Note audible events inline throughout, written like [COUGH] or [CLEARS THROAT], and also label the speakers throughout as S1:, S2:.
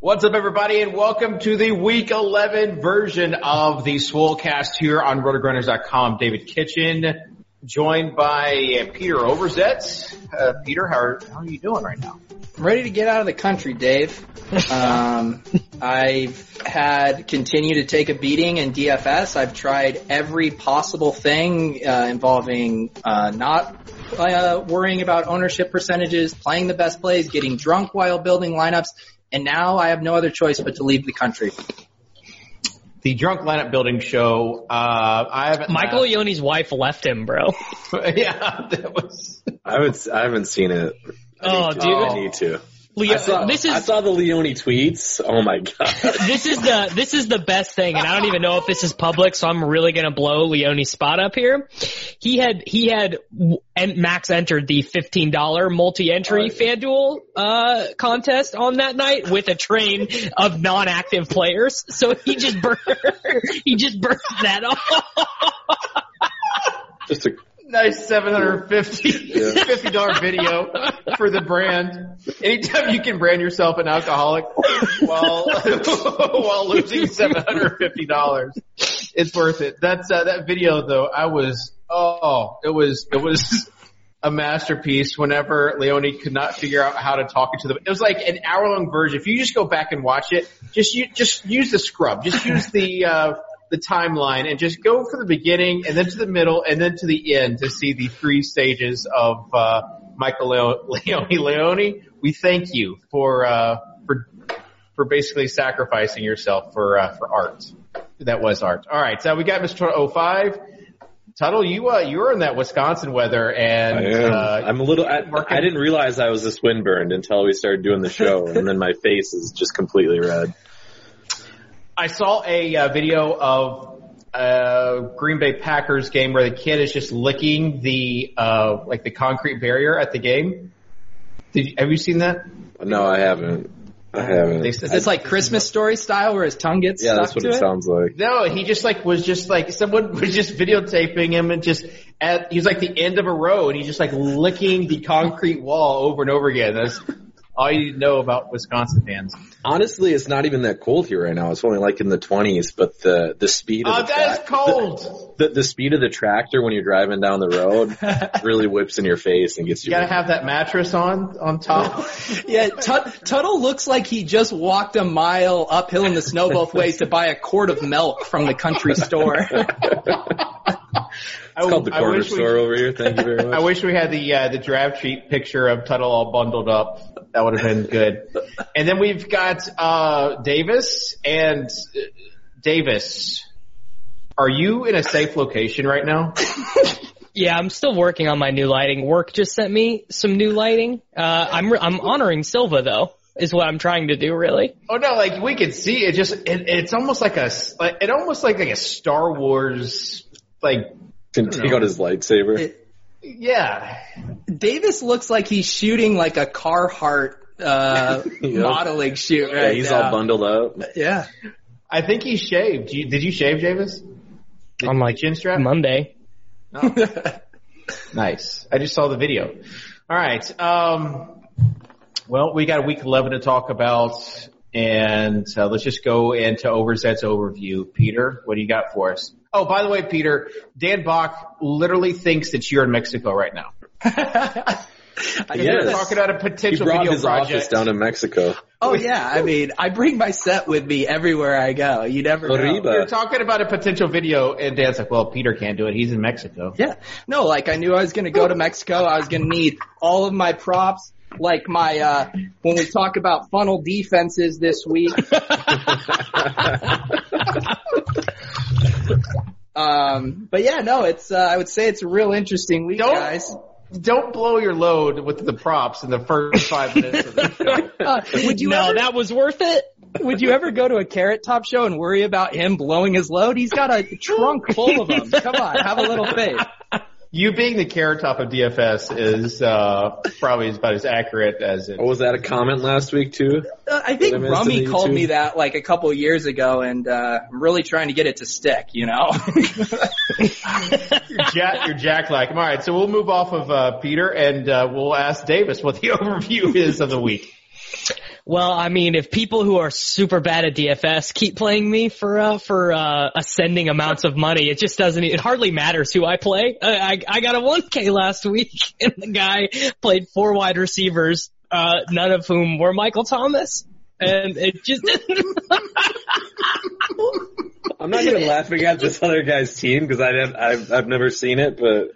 S1: What's up, everybody, and welcome to the Week 11 version of the Swolecast here on RotoGrinders.com. David Kitchen, joined by uh, Peter Overzet. Uh, Peter, how are, how are you doing right now?
S2: I'm ready to get out of the country, Dave. Um, I've had continue to take a beating in DFS. I've tried every possible thing uh, involving uh, not uh, worrying about ownership percentages, playing the best plays, getting drunk while building lineups, and now I have no other choice but to leave the country.
S1: The Drunk Lineup Building Show. Uh, I haven't.
S3: Michael Ione's wife left
S4: [LAUGHS]
S3: him, bro.
S1: [LAUGHS] yeah, that was.
S4: I haven't I haven't seen it. I
S3: Oh,
S4: need to.
S3: dude.
S4: I need to.
S3: Leo,
S4: I saw,
S3: this
S4: I
S3: is
S4: saw the Leone tweets. Oh my god.
S1: [LAUGHS]
S3: this is the this is the best thing, and I don't even know if this is public, so I'm really gonna blow Leone's spot up here. He had he had and Max entered the fifteen dollar multi entry FanDuel uh contest on that night with a train of non active players, so he just burned [LAUGHS] he just burned that off.
S4: Just a
S1: Nice $750 [LAUGHS]
S4: Yeah.
S1: $50 video for the brand. Anytime you can brand yourself an alcoholic while [LAUGHS] while losing $750, it's worth it. That's uh, that video though. I was oh, it was it was a masterpiece whenever Leone could not figure out how to talk into the it was like an hour long version. If you just go back and watch it, just you just use the scrub. Just use the uh the timeline and just go from the beginning and then to the middle and then to the end to see the three stages of uh Michael Leo- [LAUGHS] Leone Leone. We thank you for uh for for basically sacrificing yourself for uh, for art. That was art. All right, so we got Mr. 05. Tuttle, you uh, you were in that Wisconsin weather,
S4: I
S1: and
S4: am.
S1: uh,
S4: I'm a little. I,
S1: working-
S4: I didn't realize I was this windburned until we started doing the show, and then my face is just completely red.
S1: I saw a uh, video of uh, Green Bay Packers game where the kid is just licking the uh, like the concrete barrier at the game. Did you, have you seen that?
S4: No, I haven't. I haven't.
S1: They said-
S2: Is this like Christmas story style where his tongue gets
S4: yeah,
S2: stuck
S4: that's what
S2: to
S4: it,
S2: it?
S4: sounds like.
S1: No, he just like was just like someone [LAUGHS] was just videotaping him and just at he's like the end of a row and he's just like licking the concrete wall over and over again. That's all you need to know about Wisconsin fans.
S4: Honestly, it's not even that cold here right now. It's only like in the 20s, but the the speed of
S1: Oh,
S4: the,
S1: that
S4: trac-
S1: is cold.
S4: the the speed of the tractor when you're driving down the road
S1: [LAUGHS]
S4: really whips in your face and
S1: [LAUGHS]
S4: gets
S1: You
S4: you.
S1: gotta have that mattress on on
S4: [LAUGHS]
S1: top.
S2: Yeah, Tut- Tuttle looks like he just walked a mile uphill
S4: [LAUGHS]
S2: in the snow both ways to buy a quart of milk from the country store.
S1: I,
S4: It's called the
S1: I
S4: corner
S1: wish we-
S4: store over here. Thank
S1: [LAUGHS]
S4: you very much.
S1: I wish we had the uh, the draft sheet picture of Tuttle all bundled up. That would have been good. And then we've got uh, Davis and uh, Davis. Are you in a safe location right now?
S3: Yeah, I'm still working on my new lighting. Work just sent me some new lighting. Uh, I'm re- I'm honoring Silva though, is what I'm trying to do really.
S1: Oh no, like we could see it. Just it, it's almost like a s- like, it almost like like a Star Wars like
S4: Can take out his lightsaber.
S1: yeah.
S2: Davis looks like he's shooting like a Carhartt uh,
S4: [LAUGHS] Yeah.
S2: modeling shoot right
S4: yeah, he's
S2: now.
S4: all bundled up.
S2: Yeah.
S1: I think he shaved. You, did you shave, Davis? Did,
S3: I'm like
S1: chin strap.
S3: Monday. [LAUGHS]
S1: Nice. I just saw the video. All right. Um, well, we got week 11 to talk about, and uh, let's just go into Overzet's overview. Peter, what do you got for us? Oh, by the way, Peter, Dan Bach literally thinks that you're in Mexico right now.
S2: I
S4: Yes.
S2: heard
S1: We're
S2: that-
S1: talking about a
S4: He
S1: potential
S4: brought
S1: video
S4: his
S1: project.
S4: office down in Mexico.
S2: Oh yeah, I mean, I bring my set with me everywhere I go. You never know.
S4: Arriba.
S1: We're talking about a potential video, and Dan's like, well, Peter can't do it. He's in Mexico.
S2: Yeah. No, like I knew I was gonna go to Mexico. I was gonna need all of my props. Like my, uh, when we talk about funnel defenses this
S4: [LAUGHS]
S2: week. um, but yeah, no, it's, uh, I would say it's a real interesting week,
S1: Don't-
S2: guys. [LAUGHS]
S1: Don't blow your load with the props in the first five [LAUGHS] minutes of the show.
S2: Uh, would you
S3: no,
S2: ever,
S3: that was worth it.
S2: would you ever go to a carrot top show and worry about him blowing his load? He's got a trunk full of them. Come on, have a little faith.
S1: You being the carrot top of DFS is uh, probably about as accurate as it.
S4: Oh, was that a comment last week too?
S2: Uh, I think
S4: Did I miss it
S2: Rummy
S4: on
S2: called
S4: YouTube?
S2: me that like a couple years ago, and uh, I'm really trying to get it to stick, you know? [LAUGHS]
S1: You're Jack, you're Jack like. All right, so we'll move off of uh, Peter and uh, we'll ask Davis what the [LAUGHS] overview is of the week.
S3: Well, I mean, if people who are super bad at DFS keep playing me for uh, for uh, ascending amounts of money, it just doesn't. e-, It hardly matters who I play. I I, I got a 1K last week, [LAUGHS] and the guy played four wide receivers, uh, none of whom were Michael Thomas, and it just
S4: I'm not even laughing at this other guy's team because I have I've, I've never seen it, but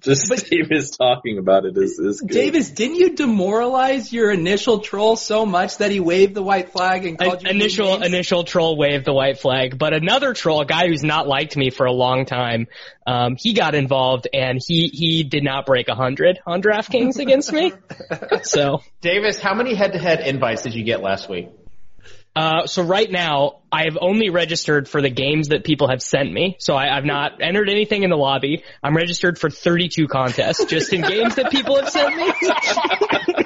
S4: just [LAUGHS] Davis talking about it is is good.
S2: Davis, didn't you demoralize your initial troll so much that he waved the white flag and called you
S3: initial
S2: names?
S3: initial troll waved the white flag, but another troll, a guy who's not liked me for a long time, um, he got involved and he he did not break a hundred on DraftKings
S2: [LAUGHS]
S3: against me. So
S1: Davis, how many head-to-head invites did you get last week?
S3: Uh, so right now, I have only registered for the games that people have sent me. So I, I've not entered anything in the lobby. I'm registered for 32 contests just in games that people have sent me.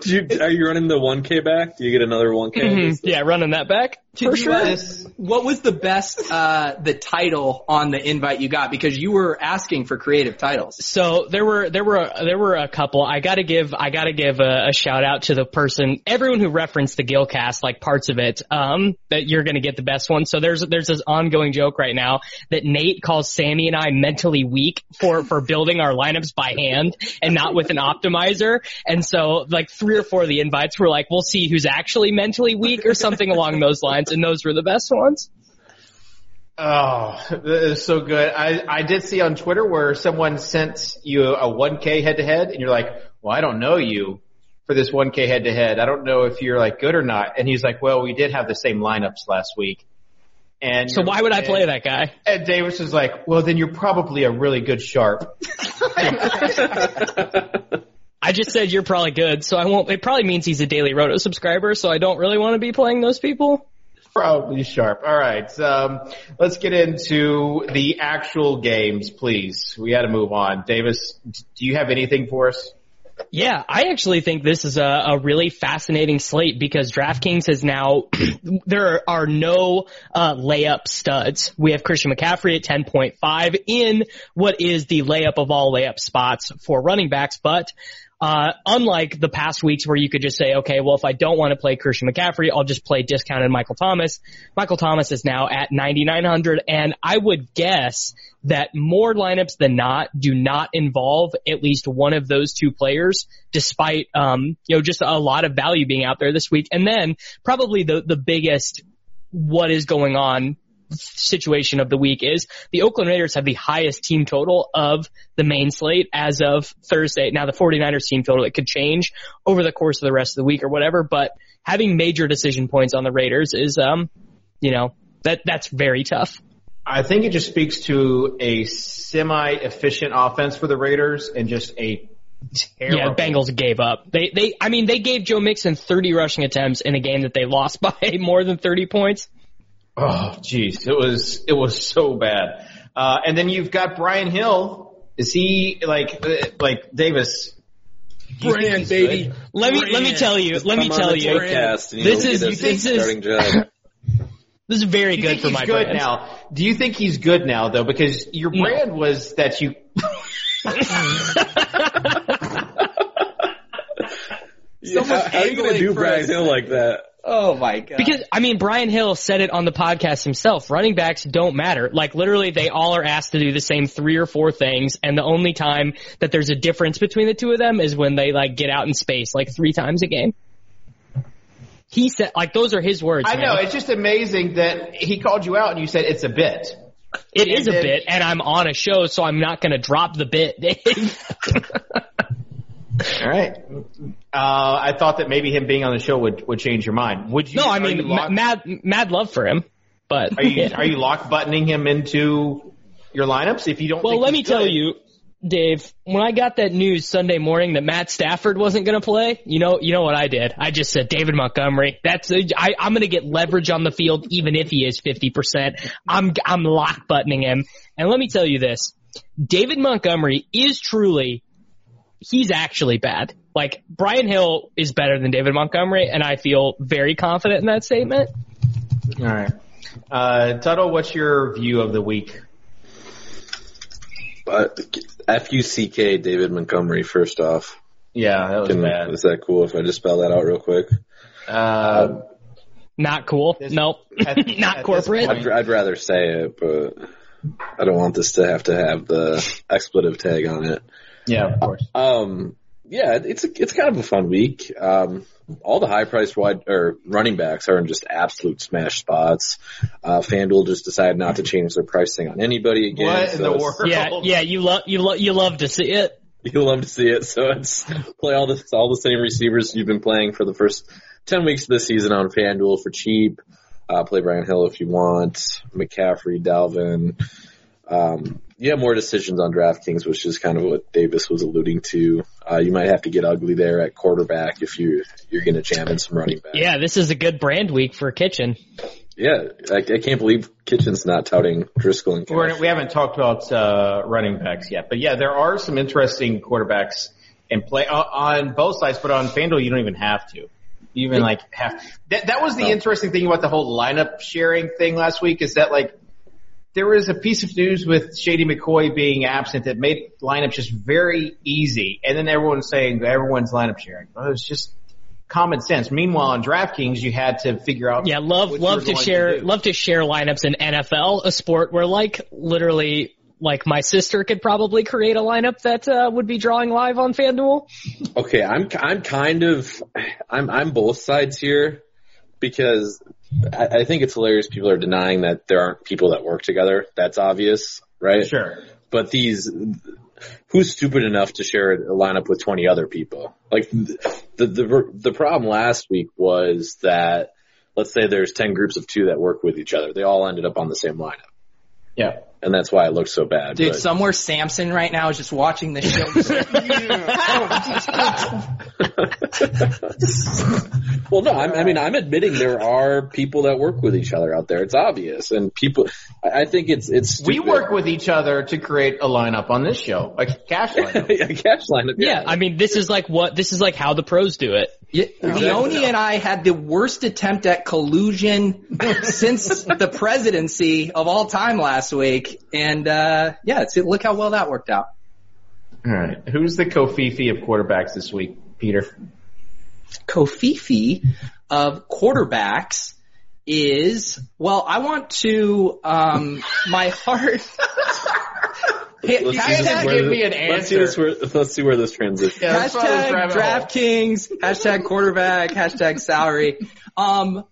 S4: Do you, are you running the 1K back? Do you get another 1K?
S3: Mhm. yeah, running that back for
S2: you,
S3: sure.
S2: uh, What was the best, uh, the title on the invite you got? Because you were asking for creative titles.
S3: So there were there were there were a couple. I gotta give I gotta give a, a shout out to the person, everyone who referenced the Gilcast, like parts of it. Um, that you're gonna get the best one. So there's there's this ongoing joke right now that Nate calls Sammy and I mentally weak for for building our lineups by hand and not with an optimizer. And so like three or four of the invites were like, we'll see who's actually mentally weak or something along those lines. And those were the best ones.
S1: Oh, that is so good. I, I did see on Twitter where someone sent you a 1K head-to-head, and you're like, well, I don't know you for this 1K head-to-head. I don't know if you're like good or not. And he's like, well, we did have the same lineups last week. And
S3: So why would I play that guy?
S1: And Davis was like, well, then you're probably a really good sharp. [LAUGHS]
S3: I just said you're probably good, so I won't. It probably means he's a Daily Roto subscriber, so I don't really want to be playing those people.
S1: Probably sharp. All right. Um, let's get into the actual games, please. We got to move on. Davis, d- do you have anything for us?
S3: Yeah, I actually think this is a, a really fascinating slate because DraftKings has now [CLEARS THROAT] there are no uh, layup studs. We have Christian McCaffrey at 10.5 in what is the layup of all layup spots for running backs, but. Uh, unlike the past weeks where you could just say, okay, well, if I don't want to play Christian McCaffrey, I'll just play discounted Michael Thomas. Michael Thomas is now at 9,900 and I would guess that more lineups than not do not involve at least one of those two players, despite um, you know just a lot of value being out there this week. And then probably the the biggest what is going on situation of the week is the Oakland Raiders have the highest team total of the main slate as of Thursday. Now the 49ers team total, it could change over the course of the rest of the week or whatever, but having major decision points on the Raiders is, um, you know, that, that's very tough.
S1: I think it just speaks to a semi-efficient offense for the Raiders and just a terrible.
S3: Yeah, Bengals gave up. They they I mean they gave Joe Mixon 30 rushing attempts in a game that they lost [LAUGHS] by more than 30 points.
S1: Oh, jeez, it was it was so bad. Uh, and then you've got Brian Hill. Is he like uh, like Davis? Do you think
S4: Brian,
S1: he's
S4: baby.
S1: good?
S3: Let me let me tell you. Let me
S4: Come on
S3: tell
S4: the
S3: you.
S4: podcast and
S3: This
S4: you'll
S3: is-
S4: get a
S3: you think this-
S4: starting job.
S3: This is very
S1: Do you
S3: good
S1: think
S3: for
S1: he's
S3: my
S1: good
S3: brand.
S1: now? Do you think he's good now though? Because your
S3: No.
S1: brand was that you.
S4: Yeah, how, how are you gonna
S2: angling
S4: do
S2: for
S4: Brian
S2: us.
S4: Hill like that?
S2: Oh my god.
S3: Because I mean, Brian Hill said it on the podcast himself. Running backs don't matter. Like literally, they all are asked to do the same three or four things, and the only time that there's a difference between the two of them is when they like get out in space like three times a game. He said, like those are his words.
S1: I
S3: man.
S1: know it's just amazing that he called you out and you said it's a bit.
S3: it is a
S1: and-
S3: bit, and I'm on a show, so I'm not gonna drop
S1: [LAUGHS]
S3: the bit. [LAUGHS] Dave.
S1: All right. Uh, I thought that maybe him being on the show would would change your mind. Would you?
S3: no, I
S1: are you
S3: mean ma-
S1: locked-
S3: mad, mad love for him, but
S1: Are
S3: [LAUGHS]
S1: you
S3: yeah.
S1: are you lock buttoning him into your lineups if you don't?
S3: Well,
S1: think
S3: let
S1: he's
S3: me tell
S1: good?
S3: you, Dave, when I got that news Sunday morning that Matt Stafford wasn't going to play, you know, you know what I did? I just said David Montgomery. That's I, I'm going to get leverage on the field even if he is 50%. I'm I'm lock buttoning him. And let me tell you this. David Montgomery is truly he's actually bad. Like Brian Hill is better than David Montgomery and I feel very confident in that statement.
S1: All right. Uh, Tuttle, what's your view of the week?
S4: But F U C K David Montgomery. First off,
S1: Yeah, that was
S4: Can-
S1: bad.
S4: is that cool if I just spell that out real quick?
S1: Uh,
S3: Not cool.
S1: This-
S3: nope.
S1: at- at this
S3: [LAUGHS] Not corporate.
S1: point-
S4: I'd, I'd rather say it, but I don't want this to have to have the expletive tag on it.
S1: yeah, of course.
S4: Um, yeah, it's a, it's kind of a fun week. Um, all the high priced wide or running backs are in just absolute smash spots. Uh, FanDuel just decided not to change their pricing on anybody again.
S1: What in the
S4: it's-
S1: world? [LAUGHS]
S3: Yeah, yeah, you love you love you love to see it.
S4: [LAUGHS] You'll love to see it. So it's play all the all the same receivers you've been playing for the first ten weeks of the season on FanDuel for cheap. Uh, play Brian Hill if you want, McCaffrey, Dalvin. Um, yeah, more decisions on DraftKings, which is kind of what Davis was alluding to. Uh, you might have to get ugly there at quarterback if you you're going to jam in some running back.
S3: Yeah, this is a good brand week for Kitchen.
S4: yeah. I, I can't believe Kitchen's not touting Driscoll and.
S1: We're,
S4: Cash.
S1: we haven't talked about uh, running backs yet, but yeah, there are some interesting quarterbacks in play uh, on both sides. But on FanDuel, you don't even have to. You even like have that. That was the interesting thing about the whole lineup sharing thing last week is that like there was a piece of news with Shady McCoy being absent that made lineup just very easy, and then everyone's saying everyone's lineup sharing. Well, it was just common sense. Meanwhile, on DraftKings, you had to figure out
S3: Yeah, love
S1: what you were
S3: love to
S1: going
S3: share
S1: do.
S3: love to share lineups in NFL, a sport where like literally like my sister could probably create a lineup that uh, would be drawing live on FanDuel.
S4: Okay, I'm I'm kind of I'm I'm both sides here because I, I think it's hilarious people are denying that there aren't people that work together. That's obvious, right?
S1: Sure.
S4: But these who's stupid enough to share a lineup with 20 other people? Like the the the problem last week was that let's say there's 10 groups of 2 that work with each other. They all ended up on the same lineup.
S1: Yeah.
S4: And that's why it looked so bad.
S2: Dude,
S4: but-
S2: somewhere Samson right now is just watching this show. He's like,
S4: well, no, I'm, I mean, I'm admitting there are people that work with each other out there. It's obvious, and people. I I think it's it's.
S1: We
S4: stupid.
S1: work with each other to create a lineup on this show, a cash lineup.
S4: [LAUGHS] a cash lineup.
S3: Yeah, I mean this is like what this is like how the pros do it.
S2: Yeah, Leone and I had the worst attempt at collusion since the presidency of all time last week, and uh, yeah, it's, look how well that worked out.
S1: [LAUGHS] All right. Who's the Kofifi of quarterbacks this week, Peter?
S2: Kofifi of quarterbacks is well. I want to. Um, my
S4: [LAUGHS]
S2: heart. Hey,
S4: Let's see
S2: hashtag-
S4: this-
S1: give me an
S4: Let's see
S1: answer.
S4: this. Where, let's see where this transitions.
S1: Yeah, that's why I was
S2: hashtag
S1: driving home.
S2: DraftKings, hashtag quarterback, hashtag salary. Um,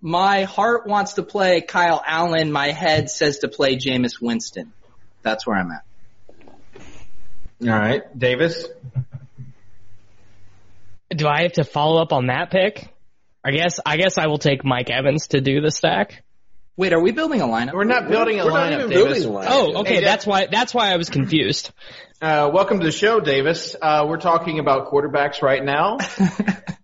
S2: My heart wants to play Kyle Allen. My head says to play Jameis Winston. That's where I'm at.
S1: All right, Davis.
S3: Do I have to follow up on that pick? I guess I guess I will take Mike Evans to do the stack.
S2: Wait, are we building a lineup?
S1: We're not building a
S4: We're
S1: lineup,
S4: not even
S1: Davis.
S4: building a lineup.
S3: Oh, okay,
S1: Hey, Jeff.
S3: that's why that's why I was confused.
S1: Uh, welcome to the show, Davis. Uh, we're talking about quarterbacks right now.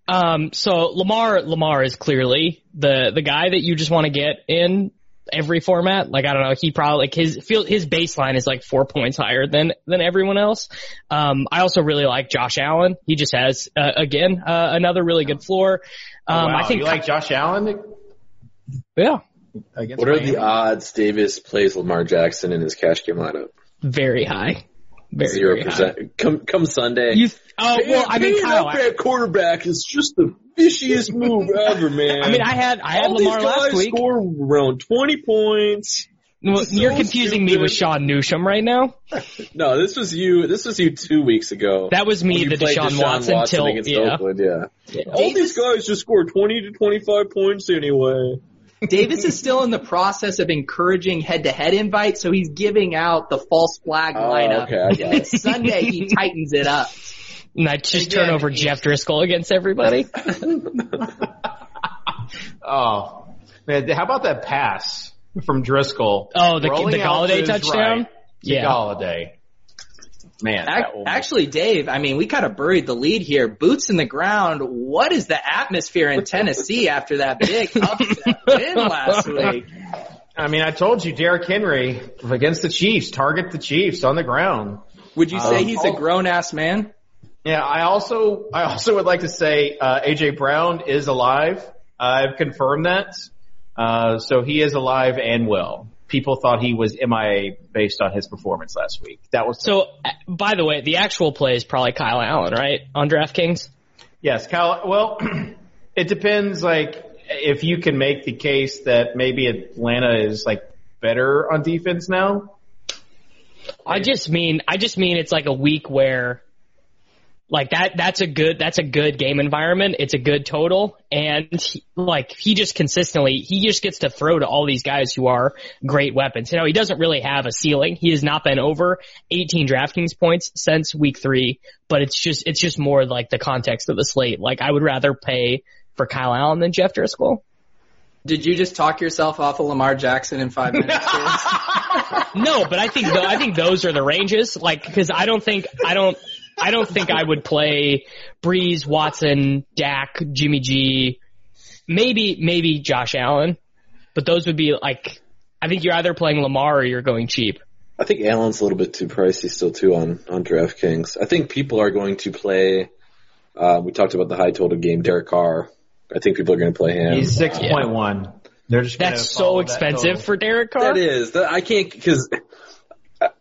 S3: Um, so Lamar, Lamar is clearly the, the guy that you just want to get in every format. Like, I don't know, he probably, like his field, his baseline is like four points higher than, than everyone else. Um, I also really like Josh Allen. He just has, uh, again, uh, another really good floor.
S4: Oh,
S3: Um,
S1: wow,
S3: I think,
S1: you like Josh Allen
S3: yeah,
S1: against
S4: What are the
S1: Miami?
S4: odds Davis plays Lamar Jackson in his cash game lineup?
S3: very high. Very,
S4: Zero
S3: very high.
S4: percent. Come come Sunday.
S3: You, oh, well, I mean,
S4: Being
S3: Kyle,
S4: up
S3: I,
S4: at quarterback is just the fishiest move ever, man.
S3: [LAUGHS] I mean, I had, I had
S4: All
S3: Lamar
S4: these guys
S3: last week.
S4: score around 20 points.
S3: Well,
S4: so
S3: You're confusing me
S4: stupid.
S3: with Sean Newsham right now.
S4: No, this was you. This was you two weeks ago.
S3: That was me,
S4: You
S3: the
S4: played
S3: Deshaun, Watson, tilt.
S4: against
S3: yeah.
S4: Oakland, yeah. All these guys just score 20 to 25 points anyway.
S2: Davis is still in the process of encouraging head-to-head invites, so he's giving out the false flag
S4: Oh,
S2: lineup.
S4: okay, I got
S2: And
S4: it.
S2: Sunday he tightens it up.
S3: And I just
S1: Again,
S3: turn over
S1: he-
S3: Jeff Driscoll against everybody.
S1: Oh man, how about that pass from Driscoll?
S3: Oh, the-
S1: Rolling
S3: the
S1: out to
S3: Golladay
S1: his
S3: touchdown?
S1: right to
S3: Yeah.
S1: Golladay. Man, that
S2: Ac-
S1: will-
S2: Actually, Dave, I mean, we kind of buried the lead here. Boots in the ground. What is the atmosphere in Tennessee after that big upset win last week?
S1: I mean, I told you, Derrick Henry against the Chiefs, target the Chiefs on the ground.
S2: Would you say
S1: Um,
S2: he's a grown ass man?
S1: Yeah, I also I also would like to say uh, AJ Brown is alive. I've confirmed that, uh, so he is alive and well. People thought he was MIA based on his performance last week. That was
S3: So, uh, by the way, the actual play is probably Kyle Allen, right? On DraftKings?
S1: Yes, Cal. Well, [CLEARS THROAT] it depends. Like, if you can make the case that maybe Atlanta is like better on defense now.
S3: I just mean, I just mean it's like a week where, like that, that's a good, that's a good game environment. It's a good total. And he, like, he just consistently, he just gets to throw to all these guys who are great weapons. You know, he doesn't really have a ceiling. He has not been over 18 DraftKings points since week three, but it's just, it's just more like the context of the slate. Like, I would rather pay for Kyle Allen than Jeff Driscoll.
S2: Did you just talk yourself off of Lamar Jackson in five minutes? Chris?
S3: No, but I think tho- I think those are the ranges. Like, because I don't think I don't I don't think I would play Breeze, Watson, Dak, Jimmy G, maybe maybe Josh Allen, but those would be like I think you're either playing Lamar or you're going cheap.
S4: I think Allen's a little bit too pricey still too on on DraftKings. I think people are going to play. Uh, we talked about the high total game, Derek Carr. I think people are going to play him.
S1: He's six point one. They're just gonna
S3: That's so
S1: follow that
S3: expensive
S1: total.
S3: for Derek Carr.
S4: That is. That, I can't because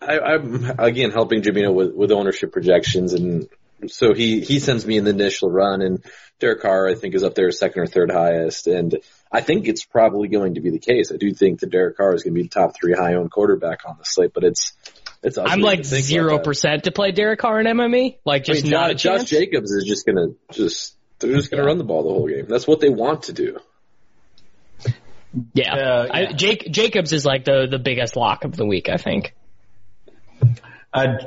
S4: I, I'm again helping Jamino with, with ownership projections, and so he he sends me in the initial run, and Derek Carr I think is up there second or third highest, and I think it's probably going to be the case. I do think that Derek Carr is going to be the top three high owned quarterback on the slate, but it's it's.
S3: I'm like zero percent to play Derek Carr in MME. Like
S4: I
S3: just
S4: mean, Josh,
S3: not a
S4: Josh
S3: chance.
S4: Jacobs is just going to just they're just going to run the ball the whole game. That's what they want to do.
S3: yeah,
S1: Uh, yeah.
S3: I, Jake Jacobs is like the the biggest lock of the week. I think.
S1: Uh,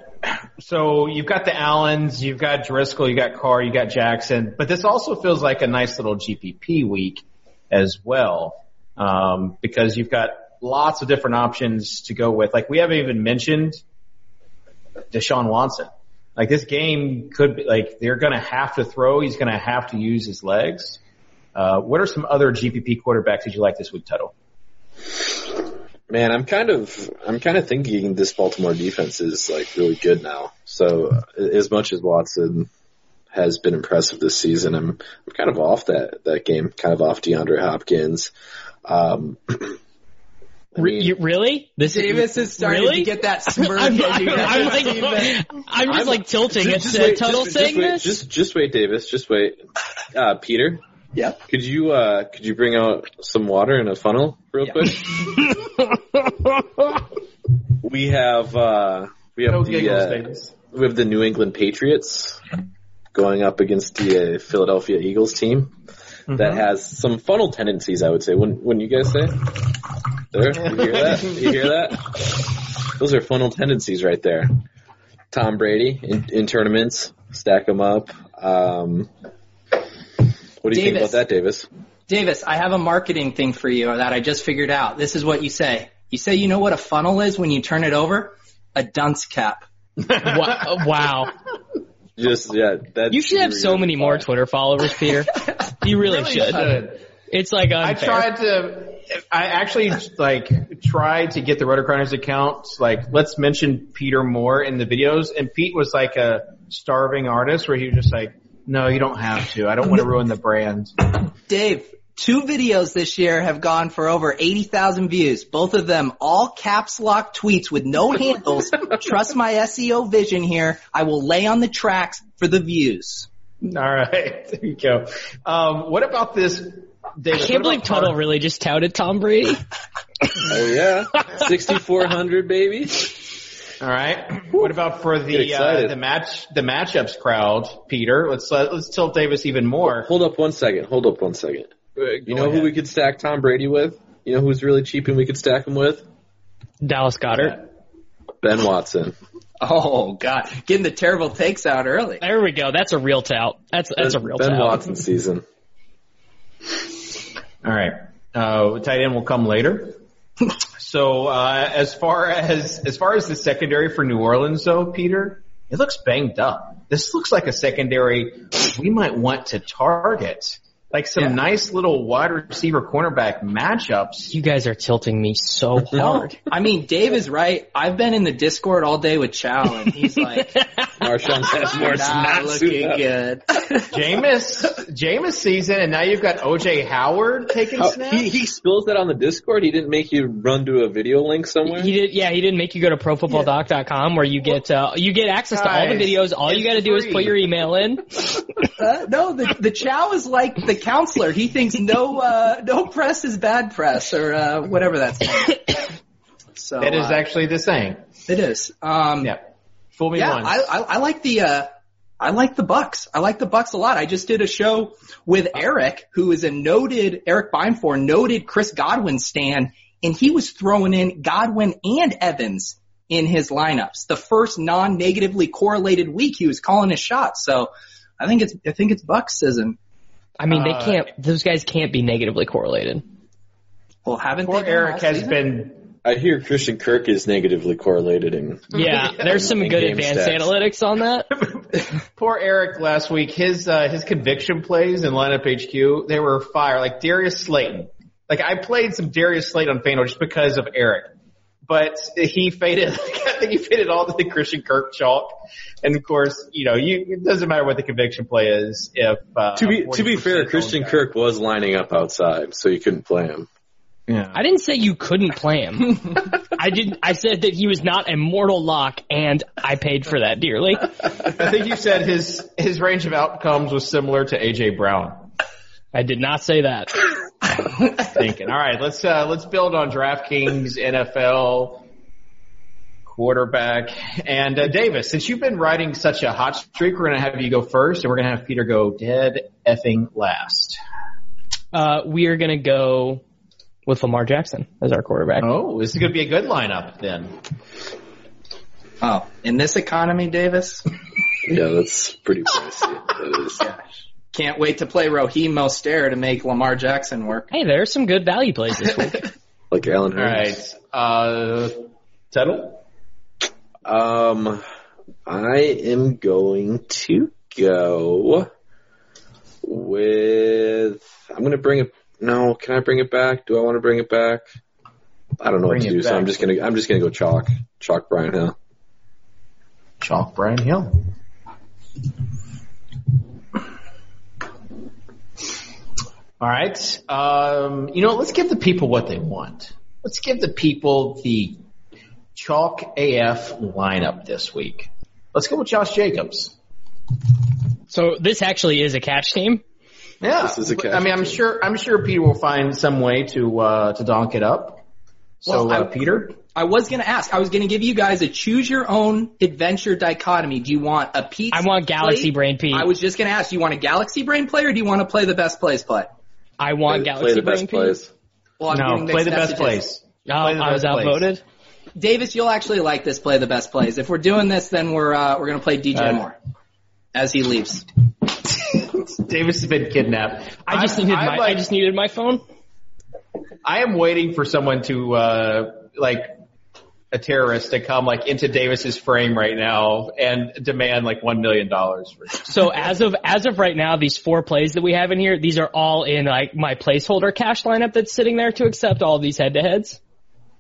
S1: so you've got the Allens, you've got Driscoll, you got Carr, you got Jackson, but this also feels like a nice little GPP week as well, um, because you've got lots of different options to go with. Like we haven't even mentioned Deshaun Watson. Like this game could be like they're going to have to throw. He's going to have to use his legs. Uh, what are some other GPP quarterbacks that you like this week, Tuttle?
S4: Man, I'm kind of I'm kind of thinking this Baltimore defense is like really good now. So uh, as much as Watson has been impressive this season, I'm I'm kind of off that that game, kind of off DeAndre Hopkins. Um, [CLEARS THROAT] I
S3: Re-
S4: mean,
S3: you, really? This [LAUGHS]
S2: Davis is starting
S3: Really?
S2: to get that smirk.
S3: I'm,
S2: as [LAUGHS]
S3: I'm,
S2: you
S3: I'm
S2: guys
S3: like, [LAUGHS]
S2: see that.
S3: I'm just
S4: I'm-
S3: like tilting at
S4: just
S3: uh,
S4: wait,
S3: Tuttle
S4: just,
S3: saying
S4: just wait,
S3: this.
S4: Just just wait, Davis. Just wait, uh, Peter.
S2: Yeah.
S4: Could you uh could you bring out some water in a funnel real
S2: Yeah.
S4: quick? we have uh we have
S1: No
S4: the
S1: giggles,
S4: uh,
S1: Davis.
S4: we have the New England Patriots going up against the uh, Philadelphia Eagles team. that has some funnel tendencies. I would say. Wouldn't Wouldn't you guys say? There, you hear that? You hear that? Those are funnel tendencies right there. Tom Brady in, in tournaments, stack them up. Um, what do you think
S2: Davis.
S4: about that, Davis?
S2: Davis, I have a marketing thing for you that I just figured out. This is what you say. You say, you know what a funnel is when you turn it over? A dunce cap.
S3: Wa- wow.
S4: Just yeah, that's
S3: You should have so many more Twitter followers, Peter. You [LAUGHS] really, should. It's like
S1: I
S3: unfair.
S1: tried to. I actually like tried to get the Rotocrunners account. Like, let's mention Peter Moore in the videos, and Pete was like a starving artist where he was just like, "No, you don't have to. I don't want to ruin the brand."
S2: Dave, two videos this year have gone for over 80,000 views. Both of them all caps lock tweets with [LAUGHS] no handles. Trust my SEO vision here. I will lay on the tracks for the views.
S1: [LAUGHS] All right, there you go. Um, what about this?
S3: I
S1: David,
S3: can't
S1: what
S3: believe
S1: about
S3: Tuttle
S1: Mark?
S3: really just touted Tom Brady.
S4: Oh
S3: [LAUGHS]
S4: yeah, sixty four hundred baby.
S1: All right. What about for
S4: Get
S1: the uh,
S4: excited.
S1: the match the matchups crowd, Peter? Let's let, let's tilt Davis even more.
S4: Hold up one second. Hold up one second. You know who we could stack Tom Brady with? You know who's really cheap and we could stack him with?
S3: Dallas Goddard.
S4: Ben Watson.
S2: Oh god, getting the terrible takes out early.
S3: There we go. That's a real tout. That's that's a real
S4: Ben
S3: tout.
S4: Watson season.
S1: All right. Uh, tight end will come later. so uh, as far as as far as the secondary for New Orleans, though, Peter, it looks banged up. This looks like a secondary we might want to target, like some nice little wide receiver cornerback matchups.
S3: You guys are tilting me so hard.
S2: I mean, Dave is right. I've been in the Discord all day with Chow, and he's [LAUGHS] like,
S3: [LAUGHS]
S4: Marshawn
S2: "You're
S4: Sesmore's
S2: not
S4: not
S2: looking
S4: suited up.
S2: good." [LAUGHS]
S1: Jameis, Jameis season, and now you've got OJ Howard taking
S4: Oh,
S1: snaps.
S4: he, he spills that on the Discord. He didn't make you run to a video link somewhere.
S3: He did, yeah. He didn't make you go to profootballdoc.com where you get uh, you get access to all the
S1: Guys,
S3: videos. All you
S1: it's
S3: got to do is
S1: free.
S3: put your email in.
S2: Uh, no, the the Chow is like the counselor. He thinks no uh, no press is bad press, or uh, whatever that's called. So
S1: that is
S2: uh,
S1: actually the same.
S2: it is. Um,
S1: Yeah. Fool me
S2: yeah,
S1: once.
S2: I, I, I like the uh, I like the Bucks. I like the Bucks a lot. I just did a show with Eric, who is a noted Eric Bimefor, noted Chris Godwin stan, and he was throwing in Godwin and Evans in his lineups. The first non-negatively correlated week, he was calling his shots. So I think it's I think it's Bucksism.
S3: I mean, they
S1: Uh,
S3: can't. Those guys can't be negatively correlated.
S2: Well, haven't
S1: Poor
S2: they? done
S1: Eric
S2: all
S1: has
S2: season?
S1: been.
S4: I hear Christian Kirk is negatively correlated in
S3: Yeah, there's some
S4: And
S3: good
S4: game
S3: advanced
S4: stats.
S3: analytics on that.
S1: Poor Eric last week. His uh, his conviction plays in lineup HQ they were fire. Like Darius Slayton. Like I played some Darius Slayton on FanDuel just because of Eric, but he faded. [LAUGHS] Like, I think he faded all the Christian Kirk chalk. And of course, you know, you it doesn't matter what the conviction play is if uh,
S4: To be to be
S1: 40%
S4: fair,
S1: owned
S4: Christian
S1: guy.
S4: Kirk was lining up outside, so you couldn't play him.
S1: Yeah.
S3: I didn't say you couldn't play him. I didn't. I said that he was not a mortal lock, and I paid for that dearly.
S1: I think you said his his range of outcomes was similar to AJ Brown.
S3: I did not say that.
S1: thinking. All right, let's uh, let's build on DraftKings NFL quarterback and uh, Davis. Since you've been riding such a hot streak, we're gonna have you go first, and we're gonna have Peter go dead effing last.
S3: Uh, we are gonna go with Lamar Jackson as our quarterback.
S1: Oh, this is gonna be a good lineup then.
S2: Oh, in this economy, Davis,
S4: Yeah, that's
S3: [LAUGHS]
S4: pretty pricey. That is.
S2: can't wait to play Raheem Mostair to make Lamar Jackson work.
S3: Hey, there's some good value plays this week.
S4: Like Alan
S1: All
S4: Hurts.
S1: right, uh, Tuttle.
S4: Um, I am going to go with. I'm going to bring it. No, can I bring it back? Do I want to bring it back? I don't know
S1: Bring
S4: what
S1: it
S4: to do, so
S1: back.
S4: I'm just gonna. I'm just gonna go chalk. Chalk Brian Hill.
S1: Chalk Brian Hill. All right. Um, you know, let's give the people what they want. Let's give the people the chalk AF lineup this week. Let's go with Josh Jacobs.
S3: So this actually is a catch team.
S1: Yeah,
S4: This is a catch
S1: I mean, I'm
S4: team.
S1: sure I'm sure Peter will find some way to uh, to donk it up. So,
S2: Well,
S1: uh,
S2: I-
S1: Peter,
S2: I was gonna ask. I was gonna give you guys a choose your own adventure dichotomy. Do you want a Pete?
S3: I want Galaxy
S2: play?
S3: Brain Pete.
S2: I was just gonna ask. Do you want a Galaxy Brain play, or do you want to play the best plays play?
S3: I want
S4: play,
S3: Galaxy
S4: the
S3: Brain
S4: best
S3: Pete.
S4: plays.
S2: Well, I'm
S3: No,
S2: getting mixed
S1: Play the best
S2: messages.
S1: plays.
S3: No,
S1: Play the
S3: Oh, I was
S1: best plays.
S3: outvoted.
S2: Davis, you'll actually like this. Play the best plays. If we're doing this, then we're uh, we're gonna play DJ
S1: Uh,
S2: Moore as he leaves.
S1: [LAUGHS] Davis has been kidnapped.
S3: I just needed my I
S1: like-
S3: just needed my phone.
S1: I am waiting for someone to uh like a terrorist to come like into Davis's frame right now and demand like one million dollars for it.
S3: So as of as of right now, these four plays that we have in here, these are all in like my placeholder cash lineup that's sitting there to accept all of these head to heads.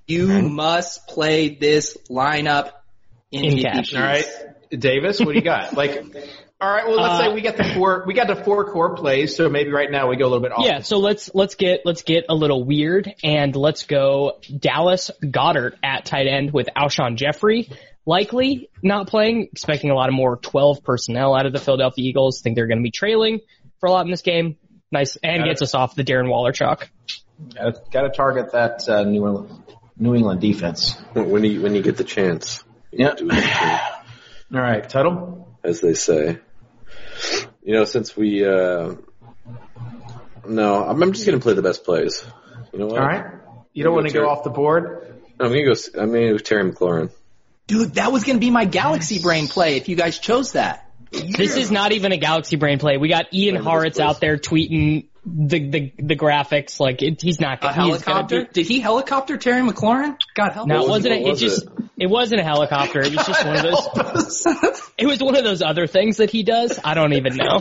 S2: You must play this lineup in,
S3: In
S2: PPPs.
S3: cash,
S1: All right, Davis, what do you got? Like, all right, well, let's
S3: Uh,
S1: say we got the four, we got the four core plays, so maybe right now we go a little bit off.
S3: Yeah, so let's let's get let's get a little weird and let's go Dallas Goddard at tight end with Alshon Jeffrey likely not playing, expecting a lot of more 12 personnel out of the Philadelphia Eagles. Think they're going to be trailing for a lot in this game. Nice and
S1: Got
S3: gets
S1: it.
S3: us off the Darren Waller chalk.
S5: Gotta, gotta target that uh, New England New England defense.
S4: When you when you get the chance, you
S5: Yep.
S4: do what you can.
S1: All right, Tuttle.
S4: as they say. You know, since we, uh, no, I'm, I'm just gonna play the best plays. You know what?
S1: All right, you don't
S4: Go
S1: want to go
S4: Terry.
S1: off the board.
S4: I'm gonna go. s- I'm gonna go Terry McLaurin.
S2: Dude, that was gonna be my Galaxy Brain play if you guys chose that.
S3: This is not even a Galaxy Brain play. We got Ian
S4: Wait,
S3: Horitz
S4: this
S3: out there tweeting the the, the graphics like it, he's not
S2: A
S3: gonna- he's gonna
S2: helicopter?
S3: do-
S2: Did he helicopter Terry McLaurin? God help [LAUGHS]
S3: No,
S4: What was-
S3: it wasn't.
S4: what
S3: a, it
S4: was
S3: just
S4: it?
S3: it wasn't a helicopter. It was just
S4: [LAUGHS]
S3: one of those.
S2: us.
S3: It was one of those other things that he does. I don't
S2: [LAUGHS]
S3: even know.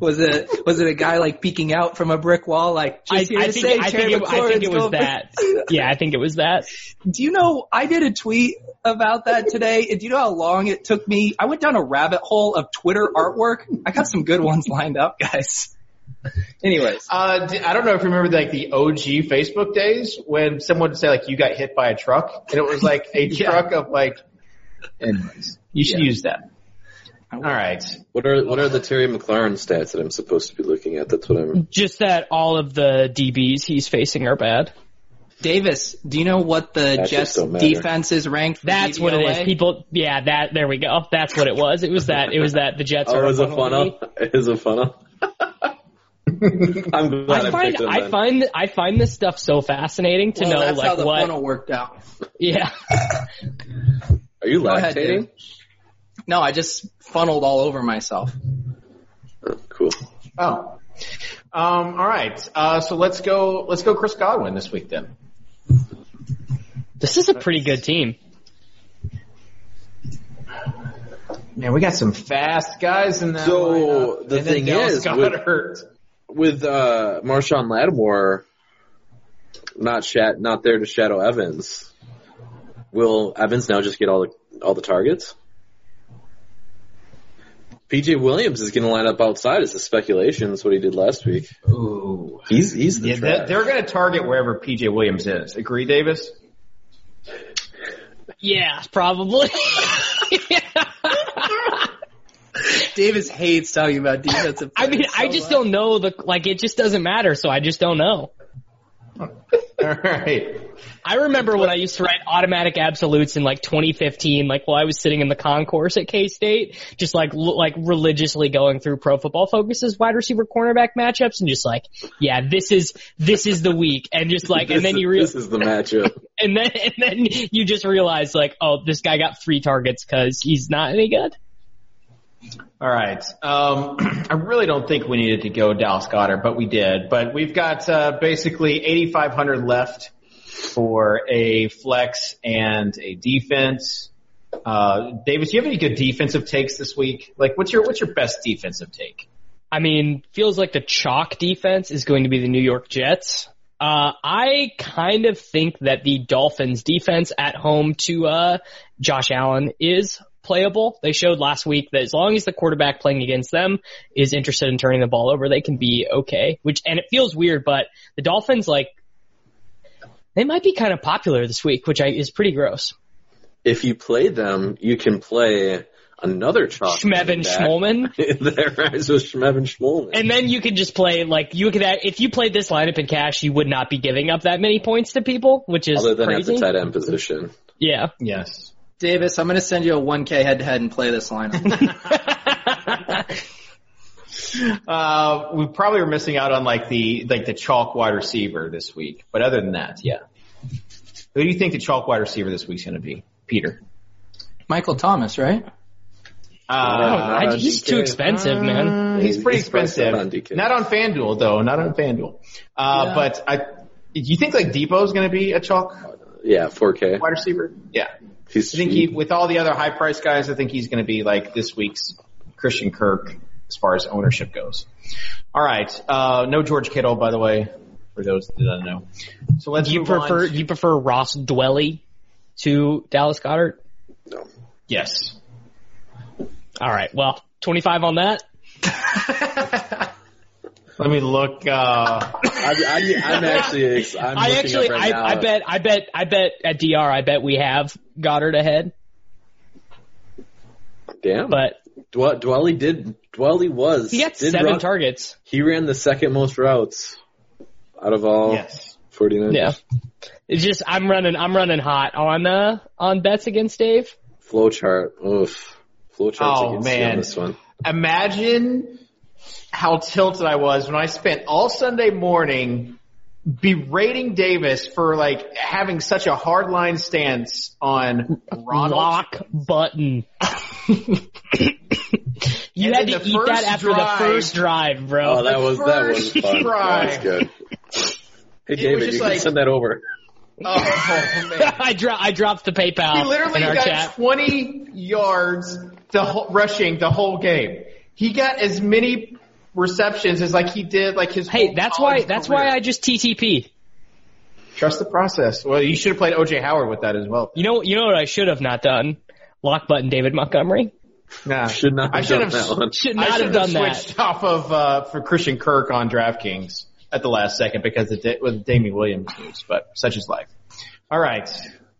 S2: was it was it a guy like peeking out from a brick wall like
S3: I,
S2: just here
S3: I
S2: to
S3: think,
S2: say
S3: I, think
S2: Terry
S3: it, I think it
S2: McLaurin's
S3: was
S2: going for-
S3: that.
S2: [LAUGHS]
S3: Yeah, I think it was that.
S2: Do you know I did a tweet about that today? And do you know how long it took me? I went down a rabbit hole of Twitter artwork. I got some good ones lined up, guys. [LAUGHS] Anyways.
S1: Uh, d- I don't know if you remember like the OG Facebook days when someone would say like you got hit by a truck, and it was like [LAUGHS] a truck of like. Anyways, you should use that. All right.
S4: What are what are the Terry McLaurin stats that I'm supposed to be looking at? That's what I'm.
S3: Just that all of the DBs he's facing are bad.
S2: Davis, do you know what the
S4: That
S2: Jets
S4: just don't matter.
S2: defense is ranked? For
S3: That's what it is.
S2: DVOA?
S3: People, yeah, that there we go. That's what it was. It was that. It was that the Jets
S4: [LAUGHS]
S3: are.
S4: Oh, is a
S3: league.
S4: funnel? Is a funnel? [LAUGHS] I'm glad I,
S3: I find
S4: picked him.
S3: I
S4: then.
S3: find I find this stuff so fascinating to
S2: Well,
S3: know
S2: that's how
S3: like
S2: the
S3: what
S2: funnel worked out.
S3: [LAUGHS] yeah
S4: Are you
S2: ahead,
S4: lactating?
S2: Dave. No, I just funneled all over myself.
S4: Oh, cool.
S1: Oh. Um, all right. Uh, so let's go. Let's go, Chris Godwin this week then.
S3: this is a pretty good team.
S1: Man, we got some fast guys in that.
S4: So,
S1: lineup.
S4: the
S1: And then
S4: thing
S1: Dallas
S4: is,
S1: got
S4: with-
S1: hurt.
S4: With uh, Marshawn Lattimore not shat not there to shadow Evans, will Evans now just get all the all the targets? PJ Williams is going to line up outside. It's a speculation. That's what he did last week.
S1: Ooh.
S4: He's he's the
S1: Yeah,
S4: trash.
S1: they're, they're going to target wherever PJ Williams is. Agree, Davis?
S3: Yeah,
S2: [LAUGHS]
S3: probably. [LAUGHS]
S2: Davis hates talking about defensive.
S3: [LAUGHS] I mean,
S2: players so
S3: I just
S2: much.
S3: don't know the like. It just doesn't matter, so I just don't know.
S1: All right.
S3: I remember when I used to write automatic absolutes in like 2015, like while I was sitting in the concourse at K State, just like l- like religiously going through Pro Football Focus's wide receiver cornerback matchups, and just like, yeah, this is this is the week, and just like,
S4: This
S3: and then
S4: is-
S3: you real
S4: this is the matchup.
S3: and then and then you just realize like, oh, this guy got three targets because he's not any good.
S1: All right. Um, [CLEARS THROAT] I really don't think we needed to go Dallas Goddard, but we did. But we've got uh, basically 8,500 left for a flex and a defense. Uh, Davis, do you have any good defensive takes this week? Like, what's your what's your best defensive take?
S3: I mean, feels like the chalk defense is going to be the New York Jets. Uh, I kind of think that the Dolphins defense at home to, uh, Josh Allen is playable. They showed last week that as long as the quarterback playing against them is interested in turning the ball over, they can be okay, which, and it feels weird, but the Dolphins, like, they might be kind of popular this week, which I, is pretty gross.
S4: if you play them, you can play another chalk.
S3: Schmevin
S4: back. [LAUGHS]
S3: Schmolman.
S4: there rhymes with Schmevin Schmolman.
S3: And then you could just play like you could if you played this lineup in cash, you would not be giving up that many points to people, which is
S4: Other than
S3: crazy.
S4: at the tight end position.
S3: yeah.
S5: Yes.
S2: Davis, I'm going to send you a 1K head to head and play this
S3: [LAUGHS]
S2: lineup.
S1: Uh, we probably were missing out on like the like the chalk wide receiver this week, but other than that, yeah. Who do you think the chalk wide receiver this week's going to be? Peter.
S2: Michael Thomas, right?
S1: Uh,
S3: I- he's too expensive, man.
S1: he's pretty
S4: he's priced
S1: expensive.
S4: up on DK.
S1: Not on FanDuel though. Not on FanDuel. Uh,
S2: Yeah.
S1: but I, you think like Depot's going to be a chalk
S4: Yeah, 4K.
S1: wide receiver? Yeah.
S4: He's
S1: I think he,
S4: cheap.
S1: with all the other high price guys, I think he's going to be like this week's Christian Kirk as far as ownership goes. All right. Uh, no George Kittle, by the way, for those that don't know. So let's
S3: You
S1: move on
S3: prefer
S1: to-
S3: you prefer Ross Dwelly to Dallas Goddard?
S1: yes.
S3: All right. Well, 25 on that.
S1: Let me look. Uh,
S4: I, I,
S3: [LAUGHS]
S4: I'm actually. ex- I'm
S3: I
S4: looking up
S3: actually,
S4: right now.
S3: I, I bet, I bet, I bet at DR, I bet we have Goddard ahead,
S4: Damn.
S3: but
S4: Dwe- Dwelly did. Dwelly was.
S3: he got
S4: did
S3: seven
S4: run-
S3: targets.
S4: He ran the second most routes out of all
S1: yes.
S4: 49.
S3: Yeah. It's just, I'm running, I'm running hot on, uh, on bets against Dave.
S4: Flowchart. Oof. Flowchart's
S1: Oh,
S4: against you
S1: man.
S4: on this one.
S1: Imagine how tilted I was when I spent all Sunday morning berating Davis for like having such a hardline stance on Ronald
S3: Lock button. you
S1: And
S3: had
S1: then
S3: to
S1: the
S3: eat that
S1: first
S3: after
S1: drive-
S3: the first drive, bro. [LAUGHS]
S4: Oh, that was that was
S1: first
S4: fun.
S1: try.
S4: That was good. Hey
S1: was
S4: David,
S1: just
S4: you
S1: like-
S4: can send that over.
S1: Oh man.
S3: I dro- I dropped the PayPal
S1: He literally
S3: in our
S1: got
S3: chat.
S1: 20 yards the whole, rushing the whole game. He got as many receptions as like he did like his.
S3: Hey,
S1: whole
S3: that's why,
S1: college
S3: that's
S1: career.
S3: why I just TTP.
S1: trust the process. Well, you should have played OJ Howard with that as well.
S3: You know, you know what I should have not done? Lock button David Montgomery.
S1: Nah,
S4: Should not
S1: I
S4: have
S1: should
S4: done
S1: have
S4: that one.
S3: Should
S1: I
S3: not
S1: should
S3: have done that.
S1: switched [LAUGHS] off of uh, for Christian Kirk on DraftKings at the last second because it did, with Damian Williams news, but such is life. All right,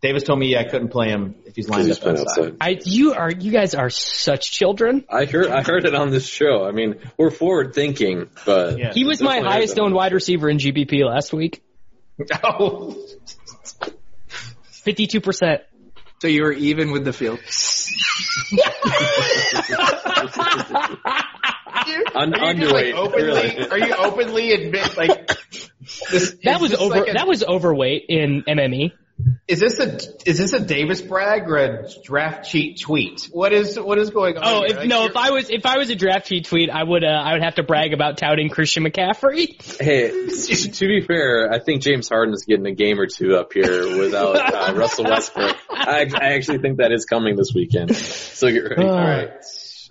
S1: Davis told me I couldn't play him if he's lined
S4: He's
S1: up
S4: playing
S1: outside.
S4: outside.
S3: I, you are, you guys are such children.
S4: I heard I heard it on this show. I mean, we're forward thinking, but
S1: Yeah.
S3: He was my
S4: Definitely
S3: highest
S4: hasn't.
S3: owned wide receiver in GBP last week.
S1: [LAUGHS] Oh,
S3: 52%.
S2: So you were even with the field.
S4: un-
S1: Are you just, like,
S4: underweight.
S1: openly,
S4: really.
S1: are you openly admit like [LAUGHS] this,
S3: That
S1: is
S3: was
S1: this
S3: over,
S1: like a-
S3: that was overweight in E. MME.
S1: is this a is this a Davis brag or a draft cheat tweet? What is what is going on?
S3: Oh,
S1: here?
S3: if,
S1: Like,
S3: no,
S1: you're-
S3: if I was, if I was a draft cheat tweet, I would, uh, I would have to brag about touting Christian McCaffrey.
S4: Hey, to be fair, I think James Harden is getting a game or two up here without uh, Russell Westbrook. I, I actually think that is coming this weekend. So get ready. All right.